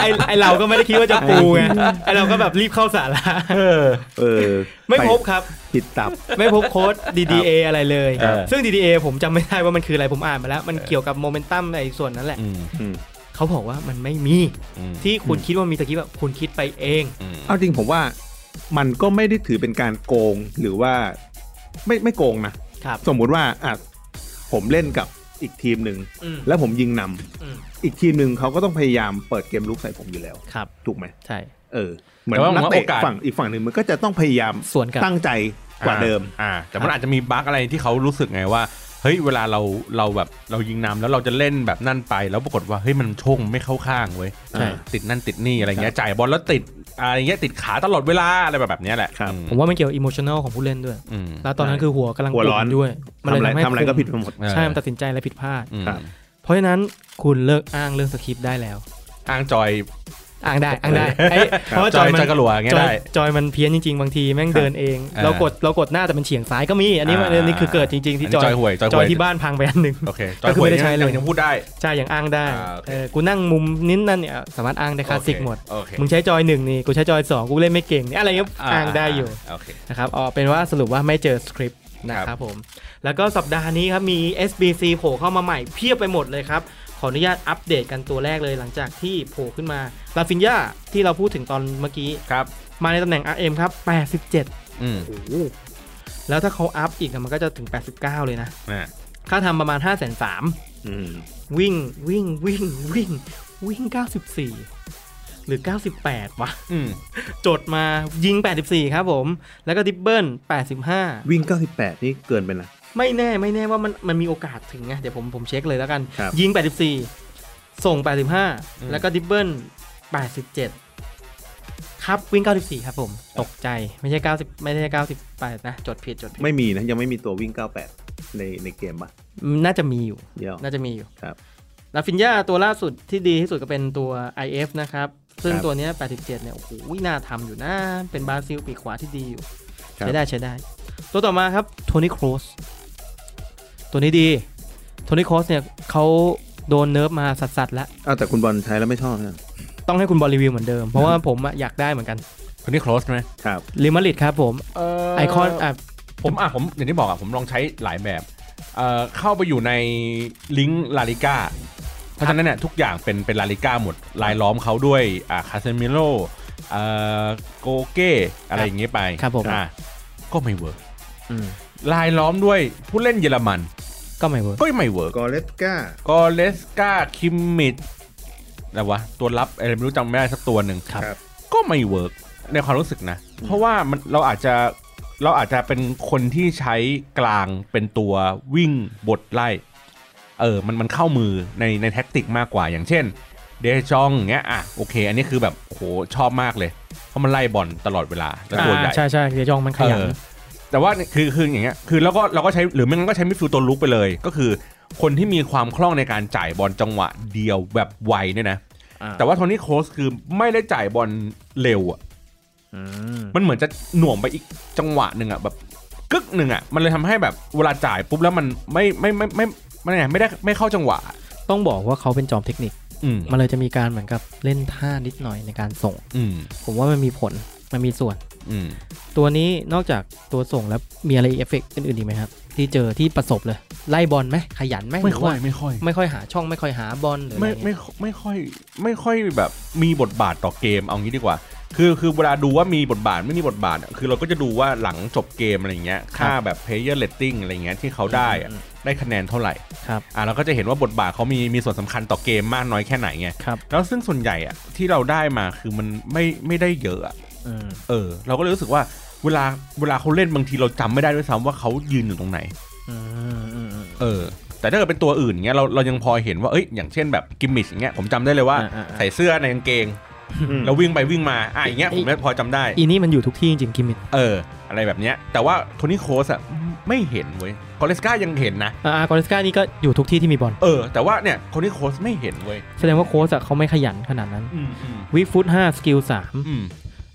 Speaker 3: ไอไอเราก็ไม่ได้คิดว่าจะปูไงไอเราก็แบบรีบเข้าสาระ
Speaker 4: เออ
Speaker 3: ไม่
Speaker 4: ป
Speaker 3: พบครับ
Speaker 4: ผิดตับ
Speaker 3: ไม่พบโค้ด DDA อะไรเลย
Speaker 1: เออ
Speaker 3: ซึ่ง DDA ผมจำไม่ได้ว่ามันคืออะไรผมอ่านมาแล้ว มันเกี่ยวกับโมเมนตัมในส่วนนั้นแหละ
Speaker 1: อืม
Speaker 3: เขาบอกว่ามันไม่มี
Speaker 1: อืม
Speaker 3: ที่คุณคิดว่ามีตะกี้แบบคุณคิดไปเอง
Speaker 1: อืม
Speaker 4: เอาจริงผมว่ามันก็ไม่ได้ถือเป็นการโกงหรือว่าไม่ไม่โกงนะ
Speaker 3: ครับ
Speaker 4: สมมุติว่าอ่ะผมเล่นกับอีกทีมหนึ่ง
Speaker 3: อืม
Speaker 4: แล้วผมยิงนำ
Speaker 3: อืม
Speaker 4: อีกทีมหนึ่งเขาก็ต้องพยายามเปิดเกมลุกใส่ผมอยู่แล้ว
Speaker 3: ครับ
Speaker 4: ถูกไหม
Speaker 3: ใช่
Speaker 4: เออเหมือน
Speaker 1: แต่ว่าผ
Speaker 4: นัก
Speaker 1: มว่าโอ
Speaker 4: เตะ
Speaker 1: กาส
Speaker 4: ฝั่งอีกฝั่งหนึ่งมันก็จะต้องพยายาม
Speaker 3: ส่วนกับ
Speaker 4: ตั้งใจกว่าเดิม
Speaker 1: อ่า แต่มันอาจจะมีบั๊กอะไรที่เขารู้สึกไงว่า เฮ้ย เวลาเราเราแบบเรายิงนำแล้วเราจะเล่นแบบนั่นไป แล้วปรากฏว่าเฮ้ยมันโชงไม่เข้าข้างเว้ย
Speaker 3: ใช่
Speaker 1: ติดนั่นติดนี่อะไรเงี้ยจ่ายบอลแล้วติดอะไรเงี้ยติดขาตลอดเวลาอะไรแบบแบบเนี้ยแหละ
Speaker 4: ครับ
Speaker 1: อืม
Speaker 3: ผมว่ามันเกี่ยวอิโมชันแนลของผู้เล่นด้วย
Speaker 1: อืม
Speaker 3: แล้วตอนนั้นคือหัวกำลัง
Speaker 4: หัวร้อน
Speaker 3: ปวดด้วย
Speaker 4: ทำอะไร
Speaker 3: เลย
Speaker 4: ทำอะไร
Speaker 3: คุณ
Speaker 4: ก็ผิดไปหมด
Speaker 3: ใช่ มันตัดสินใจอะไรผิดพลาด
Speaker 1: อืม
Speaker 4: ครับ
Speaker 3: เพราะฉะนั้นคุณเลิกอ้างเรื่องสคริปต์ได้แล้ว
Speaker 1: อ้างจอย
Speaker 3: อ้างได้อ้างได้ไอ้เพราะว่า
Speaker 1: จ
Speaker 3: จ
Speaker 1: อ
Speaker 3: อย ยมัน
Speaker 1: จอยกระหลัวอย่างเงี้
Speaker 3: จ
Speaker 1: ย
Speaker 3: อย
Speaker 1: ได้
Speaker 3: จอยมันเพี้ยนจริง ๆ บางทีแม่งเดินเอง
Speaker 1: อ่า
Speaker 3: เรากดเรากดหน้าแต่มันเฉียงซ้ายก็มี อันนี้มัน
Speaker 1: อ่า
Speaker 3: อันนี้คือเกิดจริง ๆ ที่จอ
Speaker 1: อันนี้
Speaker 3: ย
Speaker 1: จอยห่วยจอยห่วย
Speaker 3: จอยที่บ้านพังไปอัน หนึ่ง
Speaker 1: โอเคจอ
Speaker 3: ก็
Speaker 1: ย
Speaker 3: คือ
Speaker 1: หวย
Speaker 3: ไม่ได้ใช้
Speaker 1: ยัง
Speaker 3: เลย
Speaker 1: ยังพูดได้
Speaker 3: ใช่อย่างอ้างได้
Speaker 1: อ่าโอเค
Speaker 3: เออกูนั่งมุมนิ้นนั่นเนี่ยสามารถอ้างได้คลาสสิกหมด
Speaker 1: โอเค
Speaker 3: มึงใช้จอยหนึ่งนี่กูใช้จอยสองกูเล่นไม่เก่งเนี่ยอะไรก็อ้างได้อยู่
Speaker 1: โอเค
Speaker 3: นะครับเอาเป็นว่าสรุปว่าไม่เจอสคริปต์นะค
Speaker 1: ครั
Speaker 3: รับบ ผม แล้วก็สัปดาห์นี้ครับมี SBC โผล่เข้ามาใหม่เพียบไปหมดเลยครับ ขออนุญาตอัปเดตกันตัวแรกเลยหลังจากที่โผล่ขึ้นมาลาฟินยาที่เราพูดถึงตอนเมื่อกี้
Speaker 1: ครับ
Speaker 3: มาในตำแหน่ง RM ครับ 87
Speaker 1: อืม
Speaker 3: แล้วถ้าเขาอัพอีกอะมันก็จะถึง 89 เลยนะ
Speaker 1: อ่า
Speaker 3: ค่าทำประมาณ 5 3 0 0
Speaker 4: อืม
Speaker 3: 0วิ่ง วิ่ง วิ่ง วิ่ง วิ่ง 94 หรือ 98 วะ
Speaker 1: อืม
Speaker 3: จดมายิง 84 ครับผม แล้วก็ดิบเบิล85
Speaker 4: วิ่ง 98 นี่เกินไปนะ
Speaker 3: ไม่แน่ไม่แน่ว่ามันมันมีโอกาสถึงไงเดี๋ยวผมผมเช็คเลยแล้วกัน
Speaker 4: ครับ
Speaker 3: ยิง 84 ส่ง
Speaker 1: อืม
Speaker 3: 85 แล้วก็ดิบเบิล87 ครับวิ่ง 94 ครับผม ตกใจไม่ใช่ 90 ไม่ใช่98 นะ จดผิดจดผิด
Speaker 4: ไม่มีนะ ยังไม่มีตัววิ่ง 98 ในในเกมปะ
Speaker 3: น่าจะมีอยู่
Speaker 4: เดี๋ยว
Speaker 3: น่าจะมีอยู่
Speaker 4: ครับ
Speaker 3: ลาฟินยาตัวล่าสุดที่ดีที่สุดก็เป็นตัว IF นะครับ ซึ่ง
Speaker 4: ครับ
Speaker 3: ตัวเนี้ย87 เนี่ย โอ้โห น่าทำอยู่นะ เป็นบราซิลปีกขวาที่ดีอยู่
Speaker 4: ครับ
Speaker 3: ใช้ได้ใช้ได้ ตัวต่อมาครับ โทนี่โครส ตัวนี้ดี โทนี่โครสเนี่ยเขาโดนเนิร์ฟมาสัดๆแล้ว
Speaker 4: อ้าวแต่คุณบอลใช้แล้วไม่ชอบนะ
Speaker 3: ต้องให้คุณบอลรีวิวเหมือนเดิม เพราะว่าผมอะอยากได้เหมือนกัน
Speaker 1: คนนี้ close ไหม
Speaker 4: ครับ
Speaker 3: ลิมาริดครับผมไอคอนอ่ะ
Speaker 1: ผมอ่ะผมอย่างที่บอกอ่ะผมลองใช้หลายแบบเอ่อเข้าไปอยู่ในลิงก์ลาลิก้าเพราะฉะนั้นเนี่ยทุกอย่างเป็นเป็นลาลิก้าหมดลายล้อมเขาด้วยอ่าคาเซมิโลเอ่อโกเก้อะไรอย่างเงี้ยไป
Speaker 3: ครับผม
Speaker 1: อ่ะก็ไม่เวิร์ก
Speaker 3: อืม
Speaker 1: ลายล้อมด้วยผู้เล่นเยอรมัน
Speaker 3: ก็ไม่เวิร์ก
Speaker 1: ก็ไม่เวิร์ก
Speaker 4: กอเลสกาก
Speaker 1: อเลสกาคิมมิดอะไรวะตัวรับอะไรไม่รู้จำไม่ได้สักตัวหนึ่ง
Speaker 4: ครับ
Speaker 1: ก็ไม่เวิร์กในความรู้สึกนะ เพราะว่ามันเราอาจจะเราอาจจะเป็นคนที่ใช้กลางเป็นตัววิ่งบทไล่ เออมันมันเข้ามือในในแท็กติกมากกว่าอย่างเช่น เดชองเงี้ยอ่ะโอเค อันนี้คือแบบโอ้โหชอบมากเลย เพราะมันไล่บอลตลอดเวลาและตัวใหญ่
Speaker 3: อ่าใช่ใช่เดียจองมันขยัน
Speaker 1: เออแต่ว่าคือคืออย่างเงี้ยคือแล้วก็เราก็ใช้หรือไม่งั้นก็ใช้มิดฟิลด์ตัวลุกไปเลย ก็คือคนที่มีความคล่องในการจ่ายบอลจังหวะเดียวแบบไวเนี่ยนะ
Speaker 3: อ่า
Speaker 1: แต่ว่าโทนี่โครสคือไม่ได้จ่ายบอลเร็วอ่ะมันเหมือนจะหน่วงไปอีกจังหวะหนึ่งอ่ะแบบกึกหนึ่งอ่ะมันเลยทำให้แบบเวลาจ่ายปุ๊บแล้วมันไม่ไม่ไม่ไม่ไม่ไม่ไงไม่ได้ไม่เข้าจังหวะ
Speaker 3: ต้องบอกว่าเขาเป็นจอมเทคนิค
Speaker 1: อืม
Speaker 3: มันเลยจะมีการเหมือนกับเล่นท่านิดหน่อยในการส่ง
Speaker 1: อืม
Speaker 3: ผมว่ามันมีผล มันมีส่วน
Speaker 1: อืม
Speaker 3: ตัวนี้นอกจากตัวส่งแล้วมีอะไรเอฟเฟกต์อื่นๆอีกไหมครับ ที่เจอที่ประสบเลย ไล่บอลไหมขยันไหม
Speaker 1: ไม่
Speaker 3: หรื
Speaker 1: ค่อย
Speaker 3: ว่า
Speaker 1: ไม่ค่อย
Speaker 3: ไม่ค่อยหาช่องไม่ค่อยหาบอลหรืออะไร
Speaker 1: ไม่
Speaker 3: เงี้ย
Speaker 1: ไม่ไม่ค่อยไม่ค่อยแบบมีบทบาทต่อเกมเอางี้ดีกว่า คือคือเวลาดูว่ามีบทบาทไม่มีบทบาทอะคือเราก็จะดูว่าหลังจบเกมอะไรเงี้ยค่าแบบ player rating อะไรเงี้ยที่เขาได้อะ
Speaker 3: อืม
Speaker 1: ได้คะแนนเท่าไหร่
Speaker 3: ครับ
Speaker 1: อ่ะเราก็จะเห็นว่าบทบาทเขามีมีส่วนสำคัญต่อเกมมากน้อยแค่ไหนไง
Speaker 3: ครับ
Speaker 1: แล้วซึ่งส่วนใหญ่อะที่เราได้มาคือมันไม่ไม่ได้เยอะอะ
Speaker 3: อืม
Speaker 1: เออ เราก็เลยรู้สึกว่าเวลาเวลาเขาเล่นบางทีเราจำไม่ได้ด้วยซ้ำว่าเขายืนอยู่ตรงไหน
Speaker 3: อืมอืมอืม
Speaker 1: เออแต่ถ้าเกิดเป็นตัวอื่นเงี้ยเราเรายังพอเห็นว่าเอ้ยอย่างเช่นแบบกิมมิชอย่างเงี้ยผมจำได้เลยว่า
Speaker 3: อ่าอ่าอ่า
Speaker 1: ใส่เสื้อในกางเกง
Speaker 4: อืม
Speaker 1: แล้ววิ่งไปวิ่งมาอ่ะอย่างเงี้ย
Speaker 3: อี
Speaker 1: ผมไม่พอจำได้
Speaker 3: อีนี่มันอยู่ทุกที่จริงๆกิมมิค
Speaker 1: เออ อะไรแบบเนี้ย แต่ว่าโทนี่โคสอะไม่เห็นเว้ยคอเลสกายังเห็นนะ
Speaker 3: อ่ากอริสกานี่ก็อยู่ทุกที่ที่มีบอล
Speaker 1: เออ แต่ว่าเนี่ยโทนี่โคสไม่เห็นเว้ย
Speaker 3: แสดงว่าโค้ชอะเขาไม่ขยันขนาดนั้น
Speaker 1: อืมอืม
Speaker 3: วิฟุตห้าสกิลสาม
Speaker 1: อืม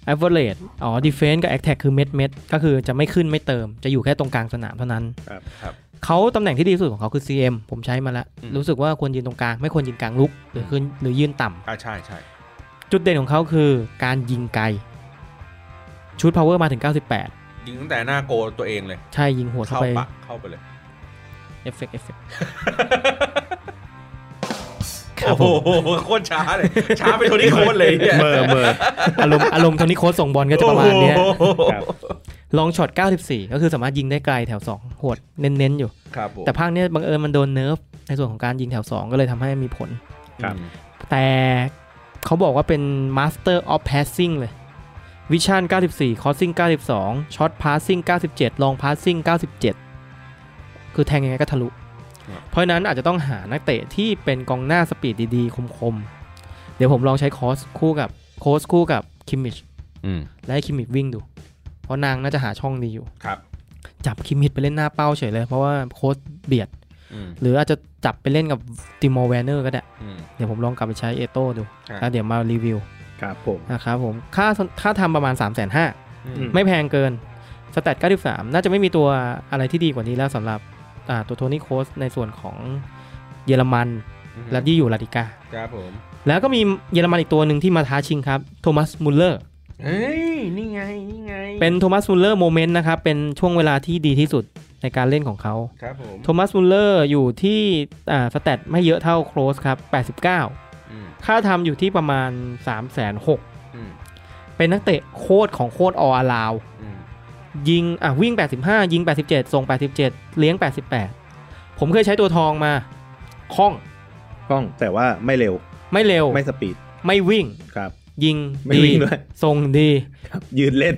Speaker 3: แอเวอร์เรอ๋อดีเฟนต์กับแอคแท็คือเม็ดเม็ดก็คือจะไม่ขึ้นไม่เติม จะอยู่แค่ตรงกลางสนามเท่านั้น
Speaker 1: ครับครับ
Speaker 3: เขาตำแหน่งที่ดีที่สุดของเขาคือ CM ผมใช้มาแล้ว
Speaker 1: อืม
Speaker 3: รู้สึกว่าควรยืนตรงกลาง ไม่ควรยืนกลางลุก หรือขึ้นหรือยืนต่ำ
Speaker 1: อ่าใช่ใช่
Speaker 3: จุดเด่นของเขาคือการยิงไกล ชุด power มาถึง 98
Speaker 1: ยิงตั้งแต่หน้าโกลตัวเองเลย
Speaker 3: ใช่ยิงหัวเข้า
Speaker 1: เข้า
Speaker 3: ไป
Speaker 1: ปะเข้าไปเลย
Speaker 3: เอฟเฟกต์เอฟเฟกต์ ครับ
Speaker 1: โอ้โห
Speaker 3: ผม
Speaker 1: โคตรช้าเลยช้าไปโทนี่โคส เลยเนี่ย
Speaker 4: เมอเมอ
Speaker 3: อารมณ์อารมณ์โทนี่โค้ชส่งบอลก็จะประมาณเนี้ย
Speaker 1: โอ้โห
Speaker 4: ครับ
Speaker 3: ลองช็อต 94 ก็คือสามารถยิงได้ไกลแถว 2 โหดเน้นๆอยู่
Speaker 1: ครับผม
Speaker 3: แต่ภาคเนี้ยบังเอิญมันโดนเนิร์ฟในส่วนของการยิงแถว 2 ก็เลยทำให้มีผล
Speaker 4: ครับ
Speaker 3: แต่เขาบอกว่าเป็น Master of Passing เลย Vision 94 Crossing 92 Shot Passing 97 Long Passing 97 คือแทงยังไงก็ทะลุ เพราะฉะนั้นอาจจะต้องหานักเตะที่เป็นกองหน้าสปีดดีๆ คมๆ เดี๋ยวผมลองใช้คอสคู่กับโค้ชคู่กับคิมมิช
Speaker 1: อืม
Speaker 3: และให้คิมมิชวิ่งดู เพราะนางน่าจะหาช่องดีอยู่
Speaker 1: ครับ
Speaker 3: จับคิมมิชไปเล่นหน้าเป้าเฉยเลย เพราะว่าโค้ชเบียด
Speaker 1: อืม
Speaker 3: หรืออาจจะจับไปเล่นกับติมอร์แวนเนอร์ก็ได้
Speaker 1: อืม
Speaker 3: เดี๋ยวผมลองกลับไปใช้เอโต้ดู
Speaker 1: ครับ
Speaker 3: แล้วเดี๋ยวมารีวิว
Speaker 4: ครับผม
Speaker 3: นะครับผมค่าค่าทำประมาณ 3 5 0 0 0
Speaker 1: อืม
Speaker 3: ไม่แพงเกินสแตท93 น่าจะไม่มีตัวอะไรที่ดีกว่านี้แล้วสำหรับอ่าตัวโทนี่โคสในส่วนของเยอรมันและที่อยู่ลาติกา
Speaker 1: ครับผม
Speaker 3: แล้วก็มีเยอรมันอีกตัวหนึ่งที่มาท้าชิงครับโทมัสมุลเลอร์
Speaker 1: เฮ้ย นี่ไง นี่ไง
Speaker 3: เป็นโทมัสมุลเลอร์โมเมนต์นะครับเป็นช่วงเวลาที่ดีที่สุดในการเล่นของเขา
Speaker 1: ครับผม
Speaker 3: โทมัสมุลเลอร์อยู่ที่อ่าสแตทไม่เยอะเท่าโคสครับ89
Speaker 1: อืม
Speaker 3: ค่าทำอยู่ที่ประมาณ 3 6 0 0 0
Speaker 1: อืม
Speaker 3: เป็นนักเตะโคตรของโคตรออลาว
Speaker 1: อืม
Speaker 3: ยิงอ่ะวิ่ง 85 ยิง 87 ส่ง 87 เลี้ยง 88 ผมเคยใช้ตัวทองมาคล่อง
Speaker 2: กล้องแต่ว่าไม่เร็ว
Speaker 3: ไม่เร็ว
Speaker 2: ไม่สปีด
Speaker 3: ไม่วิ่ง
Speaker 2: ครับ
Speaker 3: ยิง
Speaker 2: ไม่วิ่งด้วย
Speaker 3: ส่งดี
Speaker 2: ครับ ยืนเล่น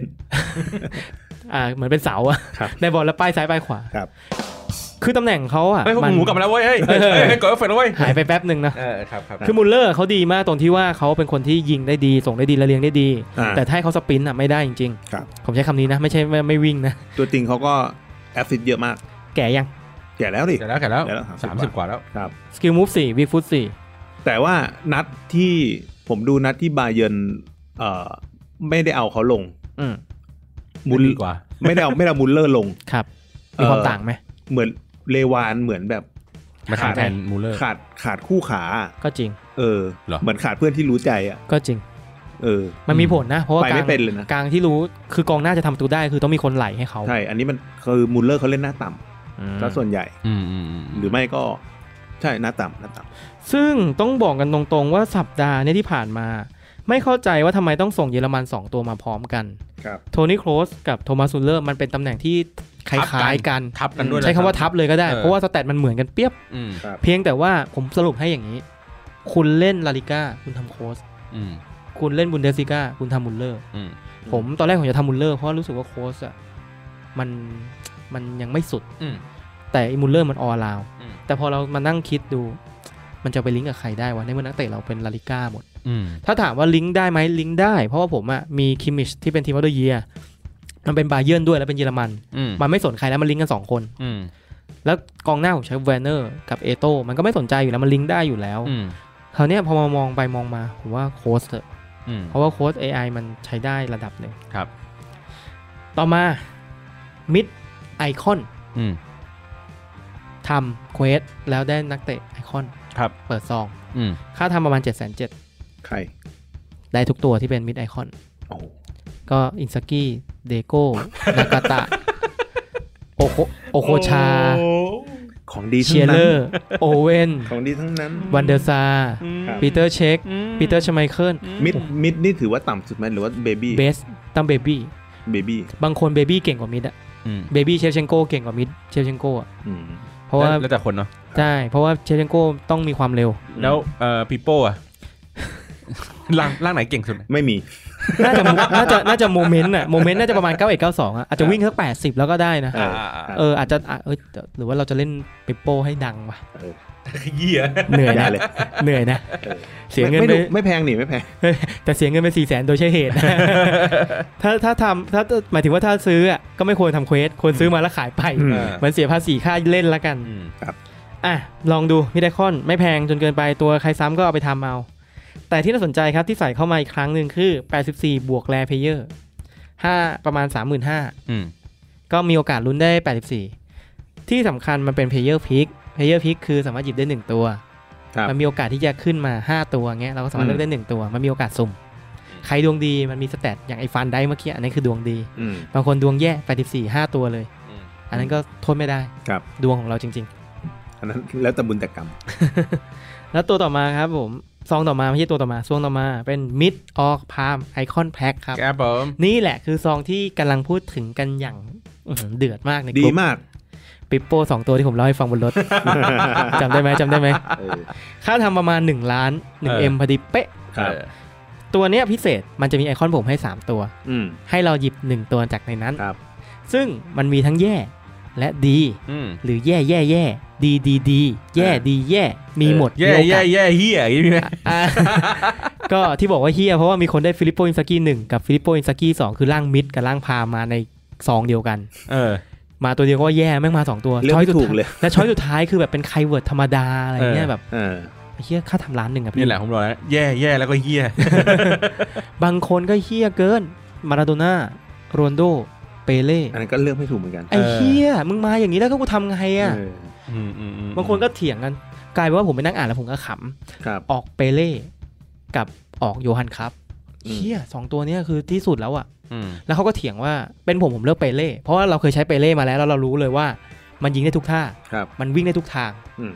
Speaker 3: อ่าเหมือนเป็นเสาอะ
Speaker 2: ครับ
Speaker 3: ได้บอลแล้วป้ายซ้ายป้ายขวา
Speaker 2: ครับ
Speaker 3: คือตำแหน่งเขาอะ
Speaker 1: เฮ้ยพวก
Speaker 3: มัน
Speaker 1: หมูกลับมาแล้วเว้ย เฮ้ย
Speaker 3: เออ
Speaker 1: เฮ้ยเฮ้ยกดเฟรนเว้ย
Speaker 3: หายไปแป๊บหนึ่งนะ
Speaker 1: เออครับครับ
Speaker 3: คือมุลเลอร์เขาดีมากตรงที่ว่าเขาเป็นคนที่ยิงได้ดี ส่งได้ดีและเลี้ยงได้ดี
Speaker 2: อ่า
Speaker 3: แต่ถ้าให้เขาสปรินต์อะไม่ได้จริง
Speaker 2: ครับ
Speaker 3: ๆ ผมใช้คำนี้นะ ไม่ใช่ไม่ไม่วิ่งนะ
Speaker 2: ตัวจริงเขาก็แอฟซิดเยอะมาก
Speaker 3: แก่ยัง
Speaker 2: แก่แล้วดิ
Speaker 1: เสร็จแล้วเสร็จแล้ว
Speaker 2: เสร็จแล้ว
Speaker 1: สามสิบ
Speaker 2: 30
Speaker 1: กว่าแล้ว
Speaker 2: ครับ
Speaker 3: สกิลมูฟสี่วิฟุตสี่
Speaker 2: แต่ว่านัดที่ผมดูนัดที่บาเยิร์นเอ่อไม่ได้เอาเขาลง
Speaker 3: อืม
Speaker 2: มุล
Speaker 1: ไม่ดีกว่า
Speaker 2: ไม่ได้เอาไม่ได้เอามุลเลอร์ลง
Speaker 3: ครับมีความต่างไหม
Speaker 2: เหมือนเลวานเหมือนแบบ
Speaker 1: มาขาด
Speaker 3: ขาด
Speaker 1: แทนมูลเลอร์
Speaker 2: ขาดขาดคู่ขา
Speaker 3: ก็จริง
Speaker 2: เออ
Speaker 1: เหรอ
Speaker 2: มือนขาดเพื่อนที่รู้ใจอ่ะ
Speaker 3: ก็จริง
Speaker 2: เออ
Speaker 3: มันมีผลนะ เพราะว่า
Speaker 2: ไป
Speaker 3: กลา
Speaker 2: ไม่
Speaker 3: ง
Speaker 2: เป็นเลยนะ
Speaker 3: กลางที่รู้คือกองหน้าจะทำประตูได้คือต้องมีคนไหลให้เขา
Speaker 2: ใช่ อันนี้มันคือมูลเลอร์เขาเล่นหน้าต่
Speaker 3: อืม
Speaker 2: ำซะส่วนใหญ่
Speaker 1: อืมอืมอืม
Speaker 2: หรือไม่ก็ใช่หน้าต่ำหน้าต่
Speaker 3: ซึ่งต้องบอกกันตรงๆว่าสัปดาห์เนี้ที่ผ่านมา ไม่เข้าใจว่าทำไมต้องส่งเยอรมัน 2 ตัวมาพร้อมกัน
Speaker 2: ำครับ
Speaker 3: โทนี่โครสกับโทมัสซูลเลอร์มันเป็นตำแหน่งที่คล้ายๆกัน
Speaker 1: ทับกันด้วยนะ
Speaker 3: ใช้คำว่าทับเลยก็ได้
Speaker 1: เออ
Speaker 3: เพราะว่าสแตทมันเหมือนกันเปรียบ
Speaker 1: อืม
Speaker 2: ครับ
Speaker 3: เพียงแต่ว่าผมสรุปให้อย่างนี้ คุณเล่นลาลิก้าคุณทำโครส
Speaker 1: อืม
Speaker 3: คุณเล่นบุนเดสซิก้าคุณทำมุลเลอร์
Speaker 1: อืม
Speaker 3: ผมตอนแรกผมจะทำมุลเลอร์เพราะรู้สึกว่าโครสอ่ะมันมันยังไม่สุด
Speaker 1: อืม
Speaker 3: แต่ไอ้มุลเลอร์มันออลาว
Speaker 1: อืม
Speaker 3: แต่พอเรามานั่งคิดดู มันจะไปลิงก์กับใครได้วะ ในเมื่อนักเตะเราเป็นลาลิก้าหมด
Speaker 1: อืม
Speaker 3: ถ้าถามว่าลิงก์ได้ไหมลิงก์ได้ เพราะว่าผมอะมีคิมมิชที่เป็นทีมออเดอร์เยียมันเป็นบาเยิร์นด้วยแล้วเป็นเยอรมัน
Speaker 1: อืม
Speaker 3: มันไม่สนใครแล้วมันลิงก์กันสองคน
Speaker 1: อืม
Speaker 3: แล้วกองหน้าผมใช้แวนเนอร์กับเอโตมันก็ไม่สนใจอยู่แล้วมันลิงก์ได้อยู่แล้ว
Speaker 1: อืม
Speaker 3: คราวเนี้ยพอมามองไปมองมาผมว่าโค้ชเถอะ
Speaker 1: อืม
Speaker 3: เพราะว่าโค้ช AI มันใช้ได้ระดับหนึ่ง
Speaker 1: ครับ
Speaker 3: ต่อมามิดไอคอน
Speaker 1: อืม
Speaker 3: ทำเควสแล้วได้นักเตะไอคอน
Speaker 1: ครับ
Speaker 3: เปิดซอง
Speaker 1: อืม
Speaker 3: ค่าทำประมาณ7จ็ดแสนเจ็ด
Speaker 2: ใคร
Speaker 3: ได้ทุกตัวที่เป็นมิดไอคอน
Speaker 2: โอ้โห
Speaker 3: ก็อินสกี้เดโก้ นากา ตะ โอโคโอโคชา
Speaker 2: ของดีทั้
Speaker 3: เชีย
Speaker 2: ง
Speaker 3: ร์เล
Speaker 2: นั้
Speaker 3: อ นร์ โอเวน
Speaker 2: ของดีทั้งนั้น
Speaker 3: วันเดอร์ซา
Speaker 2: ครับ
Speaker 3: ปีเตอร์เช็คปีเตอร์ชไมเคิล
Speaker 2: มิดมิดนี่ถือว่าต่ำสุดไหมหรือว่าเบบี้
Speaker 3: เบสตั้มเบบี้
Speaker 2: เบบี้
Speaker 3: บางคนเบบี้เก่งกว่ามิดอะ
Speaker 1: อืม
Speaker 3: เบบี้เชฟเชนโกเก่งกว่ามิดเชฟเชนโกอะ
Speaker 2: อืม
Speaker 3: เพราะว่า
Speaker 1: แล้วแต่คนเนาะ
Speaker 3: ใช่เพราะว่าเชฟเชนโกต้องมีความเร็ว
Speaker 1: แล้วเอ่อปีโป้อะร่างร่างไหนเก่งสุด
Speaker 2: ไม่มี
Speaker 3: น่าจะน่าจะน่าจะโมเมนต์อะโมเมนต์น่าจะประมาณ 91 92อะอาจจะวิ่งสัก80 แล้วก็ได้นะ
Speaker 2: อ่า
Speaker 3: เอออาจจะอ่ะเอยหรือว่าเราจะเล่นเปโป้ให้ดัง วะ
Speaker 1: เหี้ย
Speaker 3: เหนื่อย
Speaker 2: ได้
Speaker 3: นะ
Speaker 2: เลย
Speaker 3: เหนื่อยนะ
Speaker 2: เออ
Speaker 3: เสียเงิน
Speaker 2: ไม่
Speaker 3: ไป
Speaker 2: ไม่ดูไม่แพงนี่ไม่แพง
Speaker 3: แต่เสียเงินไปสี่แสนโดยใช่เหตุ ถ้าถ้าทำถ้าหมายถึงว่าถ้าซื้ออะก็ไม่ควรทำเควสควรซื้อมาแล้วขายไป
Speaker 2: อื
Speaker 1: เออ
Speaker 3: เหมือนเสียภาษีค่าเล่นละกัน
Speaker 1: อืม
Speaker 3: อ่ะ ลองดูมิดคอนไม่แพงจนเกินไปตัวใครซ้ำก็เอาไปทำเอา แต่ที่น่าสนใจครับที่ใส่เข้ามาอีกครั้งหนึ่งคือ 84 บวกแรเพเยอร์5ประมาณ 35,000
Speaker 1: อืม
Speaker 3: ก็มีโอกาสลุ้นได้ 84 ที่สำคัญมันเป็น player pick player pick คือสามารถหยิบได้ 1 ตัว
Speaker 2: ครับ
Speaker 3: มันมีโอกาสที่จะขึ้นมา 5 ตัวเงี้ยเราก็สามารถเลือกได้ 1 ตัว มันมีโอกาสสุ่ม ใครดวงดีมันมีสแตทอย่างไอฟันได้เมื่อกี้อันนี้นคือดวงดี
Speaker 2: อืม
Speaker 3: บางคนดวงแย่ 84 5 ตัวเลย อันนั้นก็โทษไม่ได้
Speaker 2: ครับ
Speaker 3: ดวงของเราจริง
Speaker 2: อันนั้นแล้วแต่บุญแต่กรรม
Speaker 3: ๆ แล้วตัวต่อมาครับผมซองต่อมาไม่ใช่ตัวต่อมาซองต่อมาเป็น mid or palm icon pack ครับ
Speaker 1: ครับผม
Speaker 3: นี่แหละคือซองที่กำลังพูดถึงกันอย่างอื้อหือเดือดมากในก
Speaker 2: ดี
Speaker 3: ลุ่ม
Speaker 2: มาก
Speaker 3: ปิปโป้สองตัวที่ผมเล่าให้ฟังบนรถ จำได้ไหมจำได้ไหม
Speaker 2: เออ
Speaker 3: ค่าทำประมาณ 1 ล้าน1 M พอดีเป๊ะ
Speaker 2: ครับ
Speaker 1: เออ
Speaker 3: ตัวเนี้ยพิเศษมันจะมีไอคอนผมให้ 3 ตัว
Speaker 2: อืม
Speaker 3: ให้เราหยิบ 1 ตัวจากในนั้น
Speaker 2: ครับ
Speaker 3: ซึ่งมันมีทั้งแย่และดี
Speaker 1: อืม
Speaker 3: หรือแย่แย่แย่ดีดีดีแย่ดีแย่มีหมด
Speaker 1: แย่
Speaker 3: มีโอกา
Speaker 1: แย่
Speaker 3: ส
Speaker 1: แย่เหี้ยอย่างนี้มีไหม
Speaker 3: อ่ะ ก็ที่บอกว่าเฮียเพราะว่ามีคนได้ฟิลิปโปอินซากี้หนึ่งกับฟิลิปโปอินซากี้สองคือร่างมิดกับร่างพามาในซองเดียวกัน
Speaker 1: เออ
Speaker 3: มาตัวเดียวก็ว่าแย่แม่งมาสองตัว
Speaker 2: เลือกไม่
Speaker 3: ช้ยสุด
Speaker 2: ถูกเลย
Speaker 3: และช้อยสุดท้ายคือแบบเป็นไคเวิร์ดธรรมดาอะไรเงี้ย
Speaker 1: เออ
Speaker 3: แบบ
Speaker 2: เออ
Speaker 3: ไอ้เฮียค่าทำร้านหนึ่งอะพี่
Speaker 1: นี่แหละผมบอกแล้วแย่แย่แล้วก็เหี้ย
Speaker 3: บางคนก็เฮียเกิน มาราโดน่าโรนโด เปเล่
Speaker 2: อันนั้นก็เลือกไม่ถูกเหมือนกัน
Speaker 3: ไอ้เฮียมึงมาอย่างนี้แล้วก็กูทำไงอะ
Speaker 2: เออ
Speaker 1: อืมอืมอืม
Speaker 3: บางคนก็เถียงกัน กลายเป็นว่าผมไปนั่งอ่านแล้วผมก็ข
Speaker 2: ครับ
Speaker 3: ำ ออกเปเล่กับออกโยฮันครับเฮียสองตัวเนี้ยคือที่สุดแล้วอะ
Speaker 1: อืม
Speaker 3: แล้วเขาก็เถียงว่าเป็นผมผมเลือกเปเล่ เพราะว่าเราเคยใช้เปเล่มาแล้วแล้วเรารู้เลยว่า มันยิงได้ทุกท่า
Speaker 2: ครับ
Speaker 3: มันวิ่งได้ทุกทาง
Speaker 2: อืม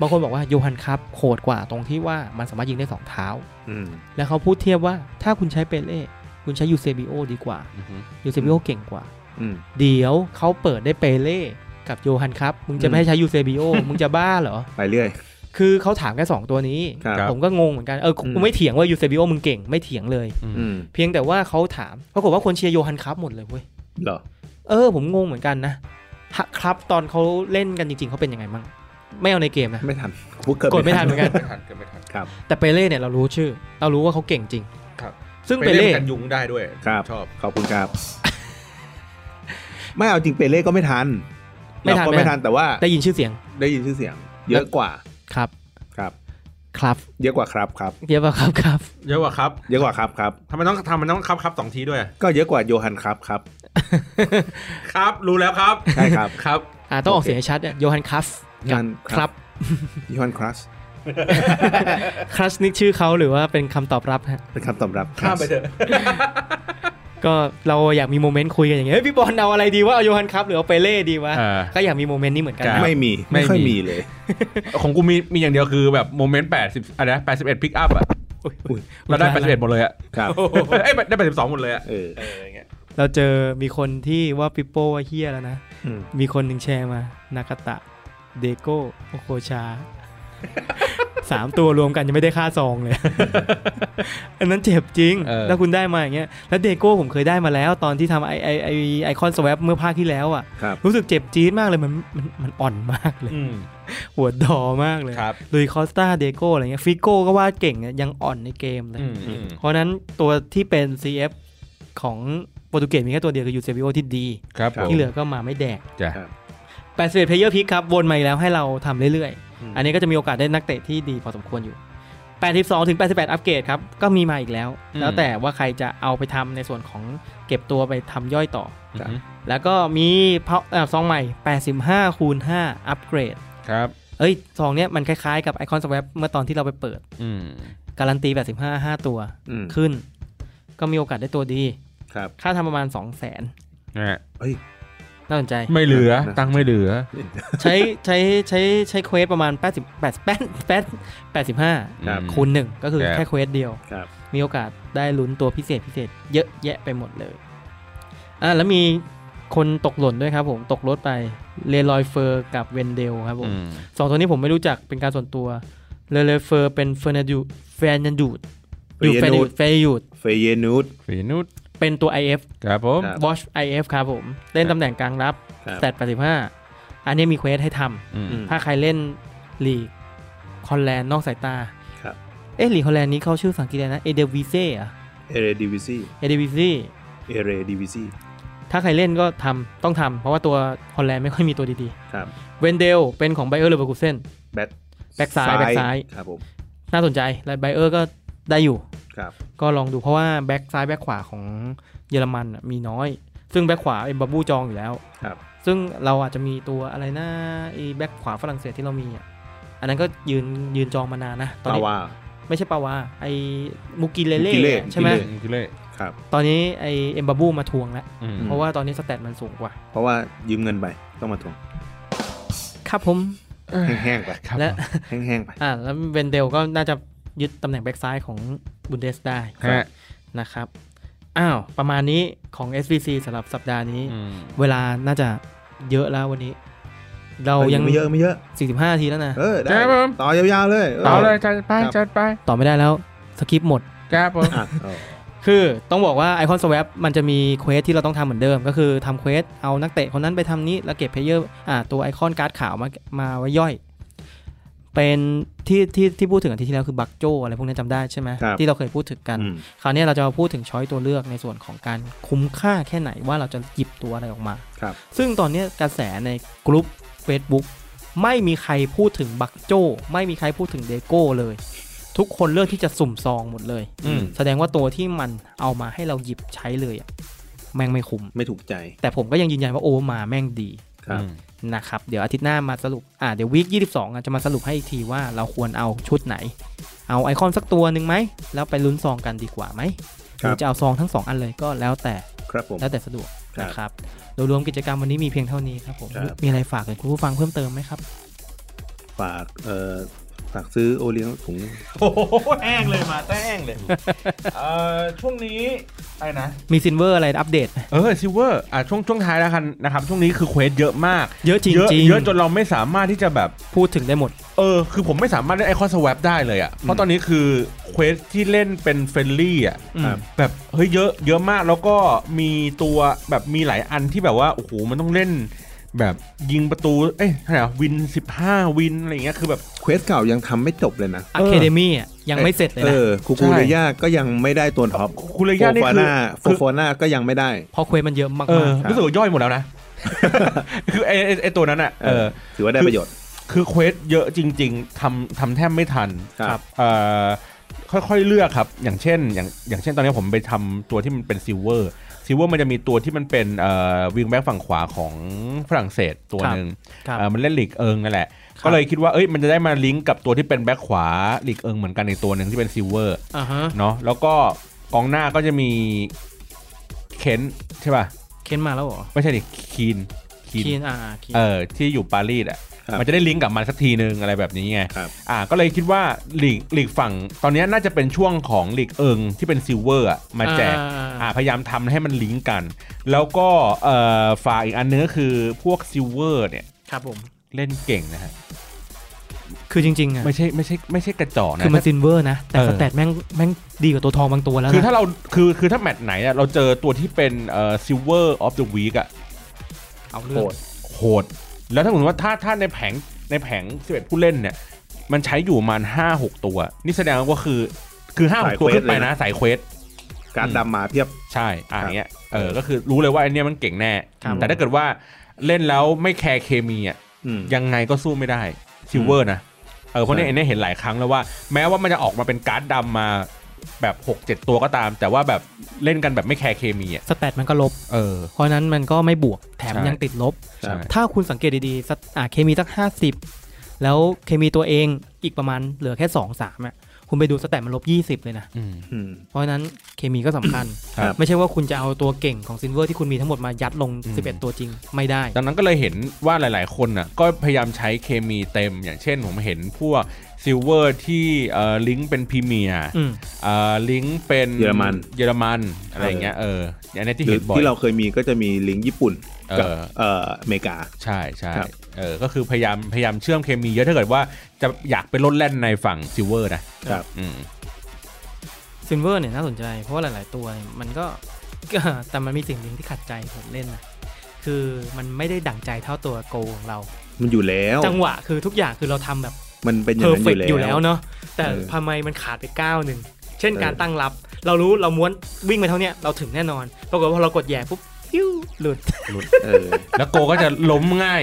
Speaker 3: บางคนบอกว่าโยฮันครับโหดกว่าตรงที่ว่ามันสามารถยิงได้สองเท้า
Speaker 2: อืม
Speaker 3: แล้วเขาพูดเทียบว่าถ้าคุณใช้เปเล่คุณใช้ยูเซบิโอดีกว่า
Speaker 1: อืม
Speaker 3: ยูเซบิโอเก่งกว่า
Speaker 2: อืม
Speaker 3: เดี๋ยวเขาเปิดได้เปเล่กับโยฮันครับ มึงจะ
Speaker 2: อืม
Speaker 3: ไม่ให้ใช้ยูเซบิโอ มึงจะบ้าเหรอ
Speaker 2: ไปเรื่อย
Speaker 3: คือเขาถามแค่สองตัวนี้
Speaker 2: ครับ
Speaker 1: ครับ
Speaker 3: ผมก็งงเหมือนกัน เออกู
Speaker 2: อืม
Speaker 3: กูไม่เถียงว่ายูเซบิโอมึงเก่งไม่เถียงเลย
Speaker 1: อืม
Speaker 2: อืม
Speaker 3: เพียงแต่ว่าเขาถามปรากฏว่าคนเชียร์โยฮันครับหมดเลยเว้ย
Speaker 2: เหรอ
Speaker 3: เออผมงงเหมือนกันนะฮะครับตอนเขาเล่นกันจริง ๆเขาเป็นยังไงบ้างไม่เอาในเกมนะ
Speaker 2: ไม่ทันกูเกิด
Speaker 3: กดไม่ทันเหมือนกัน
Speaker 1: ไม่ทันเกิดไม่ทัน
Speaker 3: แต่เปเล่เนี่ยเรารู้ชื่อ เรารู้ว่าเขาเก่งจริง
Speaker 1: ครับ
Speaker 3: ซึ่ง
Speaker 1: ไป
Speaker 3: เป
Speaker 1: เล่
Speaker 3: เล่
Speaker 1: นกันยุงได้ด้วย
Speaker 2: ครับ
Speaker 1: ชอบ
Speaker 2: ขอบคุณครับ ไม่เอาจริงเปเล่ก็ไม่ทัน
Speaker 3: ไม่ทัน
Speaker 2: เราก็
Speaker 3: ไม่
Speaker 2: ไม่
Speaker 3: ทั
Speaker 2: ทั
Speaker 3: น
Speaker 2: นแต่ว่า
Speaker 3: ได้ยินชื่อเสียง
Speaker 2: ได้ยินชื่อเสียง เยอะกว่า
Speaker 3: ครับ
Speaker 2: ครับ
Speaker 3: ครับ
Speaker 2: เยอะกว่าครับครับ
Speaker 3: เรียกว่าครับครับ
Speaker 1: เยอะกว่าครับ
Speaker 2: เยอะกว่าครับครับ
Speaker 1: ทำไมต้องทำไมต้องครับครับสองทีด้วย
Speaker 2: ก็เยอะกว่าโยฮันครับครับ
Speaker 1: ครับ รู้แล้วครับ
Speaker 2: ใช่ ครับ
Speaker 1: ครับ
Speaker 3: อ่าต้องออ
Speaker 2: โอ
Speaker 3: ก
Speaker 2: เค
Speaker 3: เสียงให้ชัดเนี่ยโยฮันคัฟ
Speaker 2: โยฮัน
Speaker 3: กับ
Speaker 2: ค
Speaker 3: ค
Speaker 2: รั
Speaker 3: รับ บ
Speaker 2: โยฮันครัส
Speaker 3: ครัชนี่ชื่อเขาหรือว่าเป็นคำตอบรับฮะ
Speaker 2: เป็นคำตอบรับ
Speaker 1: ข้ามไปเถอะ
Speaker 3: ก็เราอยากมีโมเมนต์คุยกันอย่างเงี้ยเฮ้ยพี่บอลเอาอะไรดีว่าเอาโยฮันคัฟหรือเอาเปเล่ดีวะ
Speaker 1: เออ
Speaker 3: ก็อยากมีโมเมนต์นี้เหมือนกัน
Speaker 1: ครับ
Speaker 2: ไม่มี
Speaker 1: ไม่มี
Speaker 2: ไม่ค่อยมีเลย
Speaker 1: ของกูมีมีอย่างเดียวคือแบบโมเมนต์แปดสิบอะไรแปดสิบเอ็ดพิกอัพอะเราได้แปดสิบเอ็ดหมดเลยอะ
Speaker 2: ครับ
Speaker 1: เอ้ยได้แปดสิบสองหมดเลยอะ
Speaker 2: เออ
Speaker 1: เอออย่างเงี้ย
Speaker 3: เราเจอมีคนที่ว่าปิโป้ว่าเฮียแล้วนะ
Speaker 2: อืม
Speaker 3: มีคนหนึ่งแชร์มานากาตะเดโก้โอโคชา สามตัวรวมกันยังไม่ได้ค่าซองเลย อันนั้นเจ็บจริง แล้วคุณได้มาอย่างเงี้ยแล้วเดโก้ผมเคยได้มาแล้ว ตอนที่ทำไอไอไอไอคอนสวปเมื่อภาคที่แล้วอ่ะ
Speaker 2: ครับ
Speaker 3: รู้สึกเจ็บจี๊ดมากเลยมันมันมันอ่อนมากเลย
Speaker 1: อืม
Speaker 3: หัวดอมากเลย
Speaker 1: ครับ
Speaker 3: ลุยคอสตาเดโก้อะไรเงี้ยฟิโก้ก็ว่าเก่งอะยังอ่อนในเกมเลย
Speaker 1: อืมอืม
Speaker 3: เพราะฉะนั้นตัวที่เป็น CF ของโปรตุเกสมีแค่ตัวเดียวคือยูเซบิโอที่ดี
Speaker 1: ครับผม
Speaker 3: ที่เหลือก็มาไม่แดก
Speaker 1: จ้ะ
Speaker 3: 8ปดสิบเอ็ดเพลเยอร์พิกครับ วนมาอีกแล้วให้เราทำเรื่อย
Speaker 2: อืม
Speaker 3: ๆ อันนี้ก็จะมีโอกาสได้นักเตะที่ดีพอสมควรอยู่ 82 ถึง 88 อัปเกรดครับ ก็มีมาอีกแล้ว แล้วแต่ว่าใครจะเอาไปทำในส่วนของเก็บตัวไปทำย่อยต่อ
Speaker 1: อืม
Speaker 3: แล้วก็มีเพาเอ่อซองใหม่ 85 คูณ 5 อัปเกรด
Speaker 1: ครับ
Speaker 3: เอ้ย ซองเนี้ยมันคล้ายๆกับไอคอนสว p เมื่อตอนที่เราไปเปิด
Speaker 1: อืม
Speaker 3: การันตี 85 5 ตัว
Speaker 2: อืม
Speaker 3: ขึ้น ก็มีโอกาสได้ตัวดี
Speaker 2: ครับ
Speaker 3: ค่าทำประมาณ2 0 0 0 0น
Speaker 1: นะฮะ
Speaker 2: เอ้ย
Speaker 3: น่าสนใจ
Speaker 1: ไม่เหลือ
Speaker 2: นะ
Speaker 1: ตังค์ไม่เหลือ
Speaker 3: ใช้ ใช้ใช้ใช้เควสประมาณ 80 8 8 85
Speaker 1: ครับ
Speaker 3: คูณหนึ่งก็คือ
Speaker 1: ครับ
Speaker 3: แค่เควสเดียว
Speaker 2: ครับ
Speaker 3: มีโอกาสได้ลุ้นตัวพิเศษพิเศษ เยอะแยะไปหมดเลยอ่ะแล้วมีคนตกหล่นด้วยครับผมตกรถไปเลลอยเฟอร์กับเวนเดลครับผม
Speaker 1: อืม
Speaker 3: สองตัวนี้ผมไม่รู้จักเป็นการส่วนตัวเลลอยเฟอร์เป็นเฟอร์นันดูเฟร์นันดูดอยู่เฟร์นันดู
Speaker 2: Feyenoord
Speaker 3: ดเฟร์นันดูด
Speaker 2: เฟเย
Speaker 1: ฝี
Speaker 2: นูด
Speaker 1: นุช
Speaker 3: เป็นตัว IF
Speaker 1: ครับผม
Speaker 2: ครับ
Speaker 3: Watch IF ครับผม เล่นตำแหน่งกลางรับ
Speaker 2: ครับ
Speaker 3: แตด85 อันนี้มีเควสให้ทำ
Speaker 1: อืม
Speaker 2: อืม
Speaker 3: ถ้าใครเล่นลีกฮอลแลนด์นอกสายตา
Speaker 2: ครับ
Speaker 3: เอ๊ะลีกฮอลแลนด์นี้เขาชื่อภาษาอังกฤษอะไรนะ เอเดวีเซ่อะ
Speaker 2: เอเรดิวิซี
Speaker 3: เอเดวีซี
Speaker 2: เอเรดิวิซี
Speaker 3: ถ้าใครเล่นก็ทำต้องทำเพราะว่าตัวฮอลแลนด์ไม่ค่อยมีตัวดี
Speaker 2: ครับ
Speaker 3: ๆ เวนเดลเป็นของไบเออร์เลเวอร์กูเซน
Speaker 2: แบ็ค
Speaker 3: แบ็คซ้ายแบ็คซ้าย
Speaker 2: ครับผม
Speaker 3: น่าสนใจ และไบเออร์ก็ได้อยู่
Speaker 2: ครับ
Speaker 3: ก็ลองดูเพราะว่าแบ็กซ้ายแบ็กขวาของเยอรมันน่ะมีน้อย ซึ่งแบ็กขวาเอ็มบับบูจองอยู่แล้ว
Speaker 2: ครับ
Speaker 3: ซึ่งเราอาจจะมีตัวอะไรนะไอ้แบ็กขวาฝรั่งเศสที่เรามีอ่ะอันนั้นก็ยืนยืนจองมานานนะตอน
Speaker 2: ปา
Speaker 3: นี้
Speaker 2: วา
Speaker 3: ไม่ใช่ปาวาไอมูกิเลเล่
Speaker 2: มูกิเล่
Speaker 3: อะใช่ไหม
Speaker 2: มูกิเล่
Speaker 1: คือเลย
Speaker 2: ครับ
Speaker 3: ตอนนี้ไอเอ็มบาบูมาทวงแล้ว
Speaker 1: อืม
Speaker 3: เพราะว่าตอนนี้สแตทมันสูงกว่า
Speaker 2: เพราะว่ายืมเงินไปต้องมาทวง
Speaker 3: ครับผม
Speaker 2: แห้งๆไป
Speaker 1: ครับ
Speaker 3: และ
Speaker 2: แห้งๆไป
Speaker 3: อ่าแล้วเวนเดลก็น่าจะยึดตำแหน่งแบ็กซ้ายของบุนเดสได้
Speaker 1: ฮะ
Speaker 3: นะครับ อ้าว ประมาณนี้ของ SBC สำหรับสัปดาห์นี้
Speaker 1: อืม
Speaker 3: เวลาน่าจะเยอะแล้ววันนี้ เรายัง
Speaker 2: ไม่เยอะไม่เยอะ
Speaker 3: 45นาทีแล้วนะ
Speaker 2: เออได้
Speaker 1: ครับผม
Speaker 2: ต่อยาวๆเลย
Speaker 1: ต่อเลยจัดไปจัดไป
Speaker 3: ต่อไม่ได้แล้วสคริปต์หมด
Speaker 1: ครับผม
Speaker 2: อ่ะเอา
Speaker 3: คือต้องบอกว่า Icon Swap มันจะมีเควสที่เราต้องทำเหมือนเดิม ก็คือทำเควสเอานักเตะคนนั้นไปทำนี้ แล้วเก็บเพลเยอร์อ่าตัวไอคอนการ์ดขาวมามาไว้ย่อย เป็นที่ที่ที่พูดถึงอาทิตย์ที่แล้วคือบักโจอะไรพวกนี้จำได้ใช่ไหมที่เราเคยพูดถึงกัน
Speaker 2: อืม
Speaker 3: คราวนี้เราจะมาพูดถึงช้อยตัวเลือกในส่วนของการคุ้มค่าแค่ไหนว่าเราจะหยิบตัวอะไรออกมา
Speaker 2: ครับ
Speaker 3: ซึ่งตอนเนี้ยกระแสในกลุ่ม Facebook ไม่มีใครพูดถึงบักโจ ไม่มีใครพูดถึงเดโก้เลย ทุกคนเลือกที่จะสุ่มซองหมดเลย
Speaker 2: อืม
Speaker 3: แสดงว่าตัวที่มันเอามาให้เราหยิบใช้เลยอะแม่งไม่คุ้ม
Speaker 2: ไม่ถูกใจ
Speaker 3: แต่ผมก็ยังยืนยันว่าโอเวอร์มาแม่งดี
Speaker 2: ครับ
Speaker 1: อืม
Speaker 3: นะครับ เดี๋ยวอาทิตย์หน้ามาสรุป อ่าเดี๋ยววีค22อ่ะจะมาสรุปให้อีกทีว่าเราควรเอาชุดไหน เอาไอคอนสักตัวหนึ่งไหม แล้วไปลุ้นซองกันดีกว่าไหมห
Speaker 2: ครั
Speaker 3: รื
Speaker 2: บ
Speaker 3: อจะเอาซองทั้งสองอันเลยก็แล้วแต่
Speaker 2: ครับผม
Speaker 3: แล้วแต่สะดวก
Speaker 2: ครับ
Speaker 3: นะครับ โดยรวมกิจกรรมวันนี้มีเพียงเท่านี้ครับผม
Speaker 2: ครับ
Speaker 3: มีอะไรฝากถึงคุณผู้ฟังเพิ่มเติมไหมครับ
Speaker 2: ฝากเอ่อฝากซื้อโอเลี้ยงถุง
Speaker 1: โอ้โหแห้งเลยมาแต้ง เลยเอ่อช่วงนี้อะไรนะ
Speaker 3: มีซินเวอร์อะไรอัปเดตไหม
Speaker 1: เออซิเวอร์อ่ะช่วงช่วงท้ายแล้วกันนะครับ ช่วงนี้คือเควสเยอะมาก
Speaker 3: เยอะจริง
Speaker 1: เยอะ
Speaker 3: จริง
Speaker 1: เยอะจนเราไม่สามารถที่จะแบบ
Speaker 3: พูดถึงได้หมด
Speaker 1: เออ คือผมไม่สามารถเล่นไอคอนสว p ได้เลยอะ่ะ เพราะตอนนี้คือเควสที่เล่นเป็นเฟลลี่อ่ะ
Speaker 2: ครับ
Speaker 1: แบบ เฮ้ยเยอะเยอะมากแล้วก็มีตัวแบบมีหลายอันที่แบบว่า โอ้โห มันต้องเล่น แบบยิงประตู เอ้ยเท่าไหร่อะวิน 15 วิน อะไรอย่างเงี้ยคือแบบ
Speaker 2: เควสเก่ายังทำไม่จบเลยนะ
Speaker 3: อะคาเดมี่อ่ะยังไม่เสร็จเลย
Speaker 2: เอ
Speaker 3: นะ
Speaker 2: อคูคูเรย่าก็ยังไม่ได้ตัวท็อป
Speaker 1: คูเรย่านี่คือ
Speaker 2: โฟฟาน่าโฟโฟาน่าก็ยังไม่ได้
Speaker 3: เพราะเควสมันเยอะมาก
Speaker 1: เออ
Speaker 3: ๆ
Speaker 1: รู้สึกว่าย่อยหมดแล้วนะ คือไอไอ้ไอตัวนั้นอ่ะ เออ
Speaker 2: ถือว่าได้ประโยชน์
Speaker 1: คือเควสเยอะจริง ๆทำทำแทบไม่ทัน
Speaker 2: ครับ
Speaker 1: เอ่อค่อยๆเลือกครับ อย่างเช่น อย่างอย่างเช่นตอนนี้ผมไปทำตัวที่มันเป็นซิลเวอร์ซิลเวอร์มันจะมีตัวที่มันเป็นเอ่อวิงแบ็กฝั่งขวาของฝรั่งเศสตัวหนึ่ง
Speaker 3: ครับ
Speaker 1: เอ่อมันเล่นลีกเอิงนั่นแหละ
Speaker 3: ครับ
Speaker 1: ก็เลยคิดว่าเอ้ยมันจะได้มาลิงก์กับตัวที่เป็นแบ็กขวาลีกเอิงเหมือนกันในตัวหนึ่งที่เป็นซิลเวอร์
Speaker 3: อ่าฮะ
Speaker 1: เนาะแล้วก็กองหน้าก็จะมีเคนใช่ป่ะ
Speaker 3: เค้นมาแล้วเหรอ
Speaker 1: ไม่ใช่ดิคีน
Speaker 3: คีนอ่าคีน
Speaker 1: เออที่อยู่ปารีสอ่ะ
Speaker 2: ครับ
Speaker 1: มันจะได้ลิงก์กับมันสักทีนึงอะไรแบบนี้ไง
Speaker 2: ครับ
Speaker 1: อ่าก็เลยคิดว่าลีกลีกฝั่ง ตอนนี้น่าจะเป็นช่วงของลีกเอิงที่เป็นซิลเวอร์อะมาแจก
Speaker 3: อ่า
Speaker 1: อ่าพยายามทำให้มันลิงก์กัน แล้วก็เอ่อฝ่ายอีกอันนึงก็คือพวกซิลเวอร์เนี่ย
Speaker 3: ครับผม
Speaker 1: เล่นเก่งนะฮะ
Speaker 3: คือจริงๆอ่ะ
Speaker 1: ไม่ใช่ไม่ใช่ไม่ใช่กระจอกนะ
Speaker 3: คือมันซินเวอร์นะ แต่
Speaker 1: เออ
Speaker 3: สแตทแม่งแม่งดีกว่าตัวทองบางตัวแล้ว
Speaker 1: คือ
Speaker 3: นะ
Speaker 1: ถ้าเราคือคือถ้าแมตช์ไหนอะเราเจอตัวที่เป็นเอ่อซิลเวอร์ออฟเดอะวีคอะ
Speaker 3: เอาเรื่อง
Speaker 1: โหด แล้วถ้าสมมติว่าถ้าถ้าในแผงในแผง11ผู้เล่นเนี่ย มันใช้อยู่ประมาณห้าหกตัว นี่แสดงว่าคือคือห้าห
Speaker 2: สาก ย
Speaker 1: ตัว
Speaker 2: เควส
Speaker 1: ขึ้นไป
Speaker 2: เลย
Speaker 1: นะ
Speaker 2: นะ
Speaker 1: สายเควส
Speaker 2: การดำมาเพียบ
Speaker 1: ใช่อ่า
Speaker 2: ครับ
Speaker 1: เงี้ยเออก็คือรู้เลยว่าไอเนี้ยมันเก่งแน่
Speaker 3: ครับ
Speaker 1: แต่ถ้าเกิดว่าเล่นแล้วไม่แคร์เคมีอ่ะ
Speaker 2: อืม
Speaker 1: ยังไงก็สู้ไม่ได้ซิลเวอร์นะเออเพราะเนี่ย
Speaker 2: ใช่
Speaker 1: ไอเนี้ยเห็นหลายครั้งแล้วว่า แม้ว่ามันจะออกมาเป็นการ์ดดำมาแบบหกเจ็ดตัวก็ตาม แต่ว่าแบบเล่นกันแบบไม่แคร์เคมีอ่ะ
Speaker 3: สแตทมันก็ลบ
Speaker 1: เออ
Speaker 3: เพราะฉะนั้นมันก็ไม่บวกแถม
Speaker 1: ใช่
Speaker 3: ยังติดลบ
Speaker 1: ใช่
Speaker 3: ถ้าคุณสังเกตดีๆสักอ่ะเคมีสัก 50 แล้วเคมีตัวเองอีกประมาณเหลือแค่ 2 3อ่ะ คุ คุณไปดูสแตทมันลบ20 เลยนะ
Speaker 1: อืม
Speaker 2: อืม
Speaker 3: เพราะฉะนั้นเคมีก็สำคั ญ
Speaker 2: ครับ
Speaker 3: ไม่ใช่ว่าคุณจะเอาตัวเก่งของซินเวอร์ที่คุณมีทั้งหมดมายัดลง
Speaker 1: อืม
Speaker 3: 11 ตัวจริงไม่ได้
Speaker 1: ดังนั้นก็เลยเห็นว่าหลายๆ คนน่ะก็พยายามใช้เคมีเต็ม อย่างเช่นผมเห็นพวกซิลเวอร์ที่เอ่อลิงก์เป็นพรีเมียร์
Speaker 3: อืม
Speaker 1: เอ่อลิงก์เป็น
Speaker 2: เยอรมัน
Speaker 1: เยอรมันอะไรอย่างเงี้ยเอออันนี้ที่
Speaker 2: หรื
Speaker 1: เห็
Speaker 2: อน
Speaker 1: บ่อย
Speaker 2: ที่เราเคยมีก็จะมีลิงก์ญี่ปุ่นกับ
Speaker 1: เออ
Speaker 2: เอ่ออเมริกา
Speaker 1: ใช่ใช่
Speaker 2: ครับ
Speaker 1: เออก็คือพยายามพยายามเชื่อมเคมีเยอะถ้าเกิดว่าจะอยากไปลดแล่นในฝั่งซิลเวอร์นะครับ อืม
Speaker 3: ซินเวอร์เนี่ยน่าสนใจ เพราะว่าหลาย ๆ ตัวเนี่ยมันก็ แต่มันมีสิ่งหนึ่งที่ขัดใจผมเล่นนะคือมันไม่ได้ดั่งใจเท่าตัวโกของเรา
Speaker 2: มันอยู่แล้ว
Speaker 3: จังหวะคือทุกอย่างคือเราทำแบบ
Speaker 2: มันเป็นอย่า
Speaker 3: เพอง ร์เฟ
Speaker 2: นั้
Speaker 3: ก
Speaker 2: น
Speaker 3: อ
Speaker 2: อยู่ ยู่
Speaker 3: แล้
Speaker 2: แล้ว ว
Speaker 3: เนาะแต่
Speaker 2: เออ
Speaker 3: ทำไมมันขาดไปก้าวหนึ่งเช่น
Speaker 2: เออ
Speaker 3: การตั้งรับ เรารู้เราม้วนวิ่งไปเท่าเนี้ยเราถึงแน่นอนปรากฏว่าพอเรากดแหย่ปุ๊บยิ้วหลุด
Speaker 2: เออ
Speaker 1: แล้วโกก็จะล้มง่าย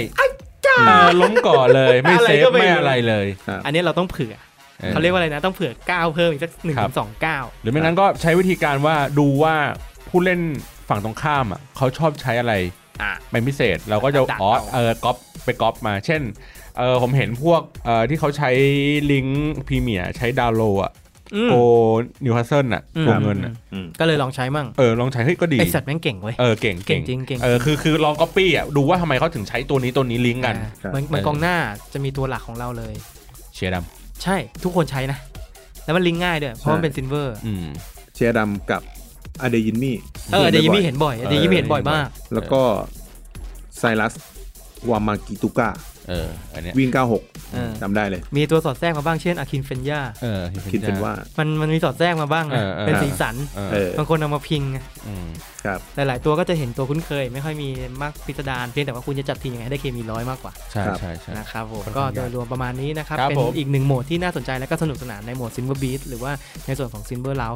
Speaker 1: เออล้มก่อนเลยไม่
Speaker 3: อะไร
Speaker 1: เซฟ
Speaker 3: ก็ไม่
Speaker 1: ไม่
Speaker 3: รู้
Speaker 1: อะไรเลย
Speaker 3: อันนี้เราต้องเผื่อ
Speaker 1: ออ
Speaker 3: เขาเรียกว่าอะไรนะ ต้องเผื่อก้าวเพิ่มอีกสักหนึ่ง
Speaker 1: ครั
Speaker 3: ถึ
Speaker 1: บ
Speaker 3: งสองก้าว
Speaker 1: หรือไม่งั้นก็ใช้วิธีการว่าดูว่าผู้เล่นฝั่งตรงข้ามอ่ะเขาชอบใช้อะไร
Speaker 3: อ่ะ
Speaker 1: เป็นพิเศษ เราก็จะ
Speaker 3: ดักเอา
Speaker 1: อ๋อเออก๊อปไปก๊อปมา เช่นเออผมเห็นพวกเออที่เขาใช้ลิงก์พรีเมียร์ใช้ดาวน์โหลดอ่ะ
Speaker 3: อืม
Speaker 1: โกนิวคาสเซิลอ่ะ
Speaker 3: อืม
Speaker 1: โกเงินอ่ะ
Speaker 2: อืม
Speaker 3: ก็เลยลองใช้มั่ง
Speaker 1: เออลองใช้เฮ้ยก็ดี
Speaker 3: ไอสัตว์แม่งเก่งเว้ย
Speaker 1: เออเก่ง
Speaker 3: เก่งจริงเก่ง
Speaker 1: เออคือคือลองก๊อปปี้อ่ะดูว่าทำไมเขาถึงใช้ตัวนี้ตัวนี้ลิงก์กัน
Speaker 3: อ่า
Speaker 2: ครับ
Speaker 3: เหมือนเหมือน
Speaker 1: เออ
Speaker 3: กองหน้าจะมีตัวหลักของเราเลย
Speaker 1: เชียร์ด
Speaker 3: ใช่ทุกคนใช้นะ แล้วมันลิงก์ง่ายด้วย เพราะมันเป็นซินเวอร์
Speaker 1: ำอืม
Speaker 2: เชียร์ดำกับอเดยินมี่
Speaker 3: เออเดยวยิมมี่เห็นบ่อยเดยวยิมมี่เห็นบ่อยมาก
Speaker 2: แล้วก็ไซรัสวามากิตุก้า
Speaker 1: เอออันเนี้ย
Speaker 2: วิ่ง
Speaker 3: เออ
Speaker 2: 96จำได้เลย
Speaker 3: มีตัวสอดแทรกมาบ้างเช่นอาคินเฟนยา
Speaker 1: เออ
Speaker 2: คิดเป็นว่า
Speaker 3: มันมันมีสอดแทรกมาบ้างนะ
Speaker 1: เออเออ
Speaker 3: เป็นสีสัน
Speaker 1: เออ
Speaker 2: เออ
Speaker 3: บางคนเอามาพิงนะ
Speaker 1: อืม
Speaker 2: ครับ
Speaker 3: หลาย ๆ ตัวก็จะเห็นตัวคุ้นเคย ไม่ค่อยมีมากพิสดารเพียงแต่ว่าคุณจะจัดทีมยังไงให้ได้เคมีร้อยมากกว่า
Speaker 1: ใช่
Speaker 2: ครับ
Speaker 1: ใช่ใช่
Speaker 3: นะครับผม
Speaker 1: ค่อนข้าง
Speaker 3: ก็โดยรวมประมาณนี้นะครับ
Speaker 1: ครับ
Speaker 3: เป็น
Speaker 1: ผม
Speaker 3: อีกหนึ่งโหมดที่น่าสนใจและก็สนุกสนานในโหมดซินเวอร์บีหรือว่าในส่วนของซินเวอร์เลา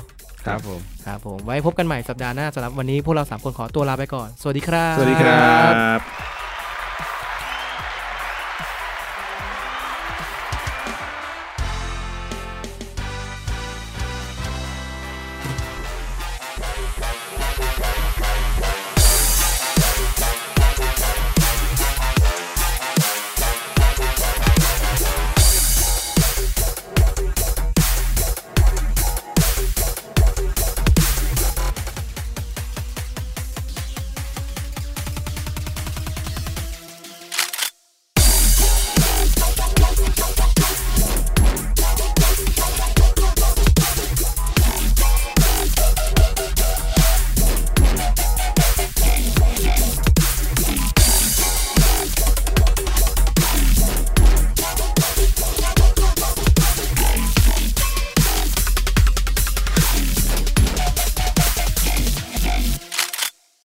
Speaker 1: ครับผม
Speaker 3: ครับผม ไว้พบกันใหม่สัปดาห์หน้าสำหรับวันนี้พวกเรา 3 คนขอตัวลาไปก่อน สวัสดีครับ
Speaker 2: สวัสดีครับ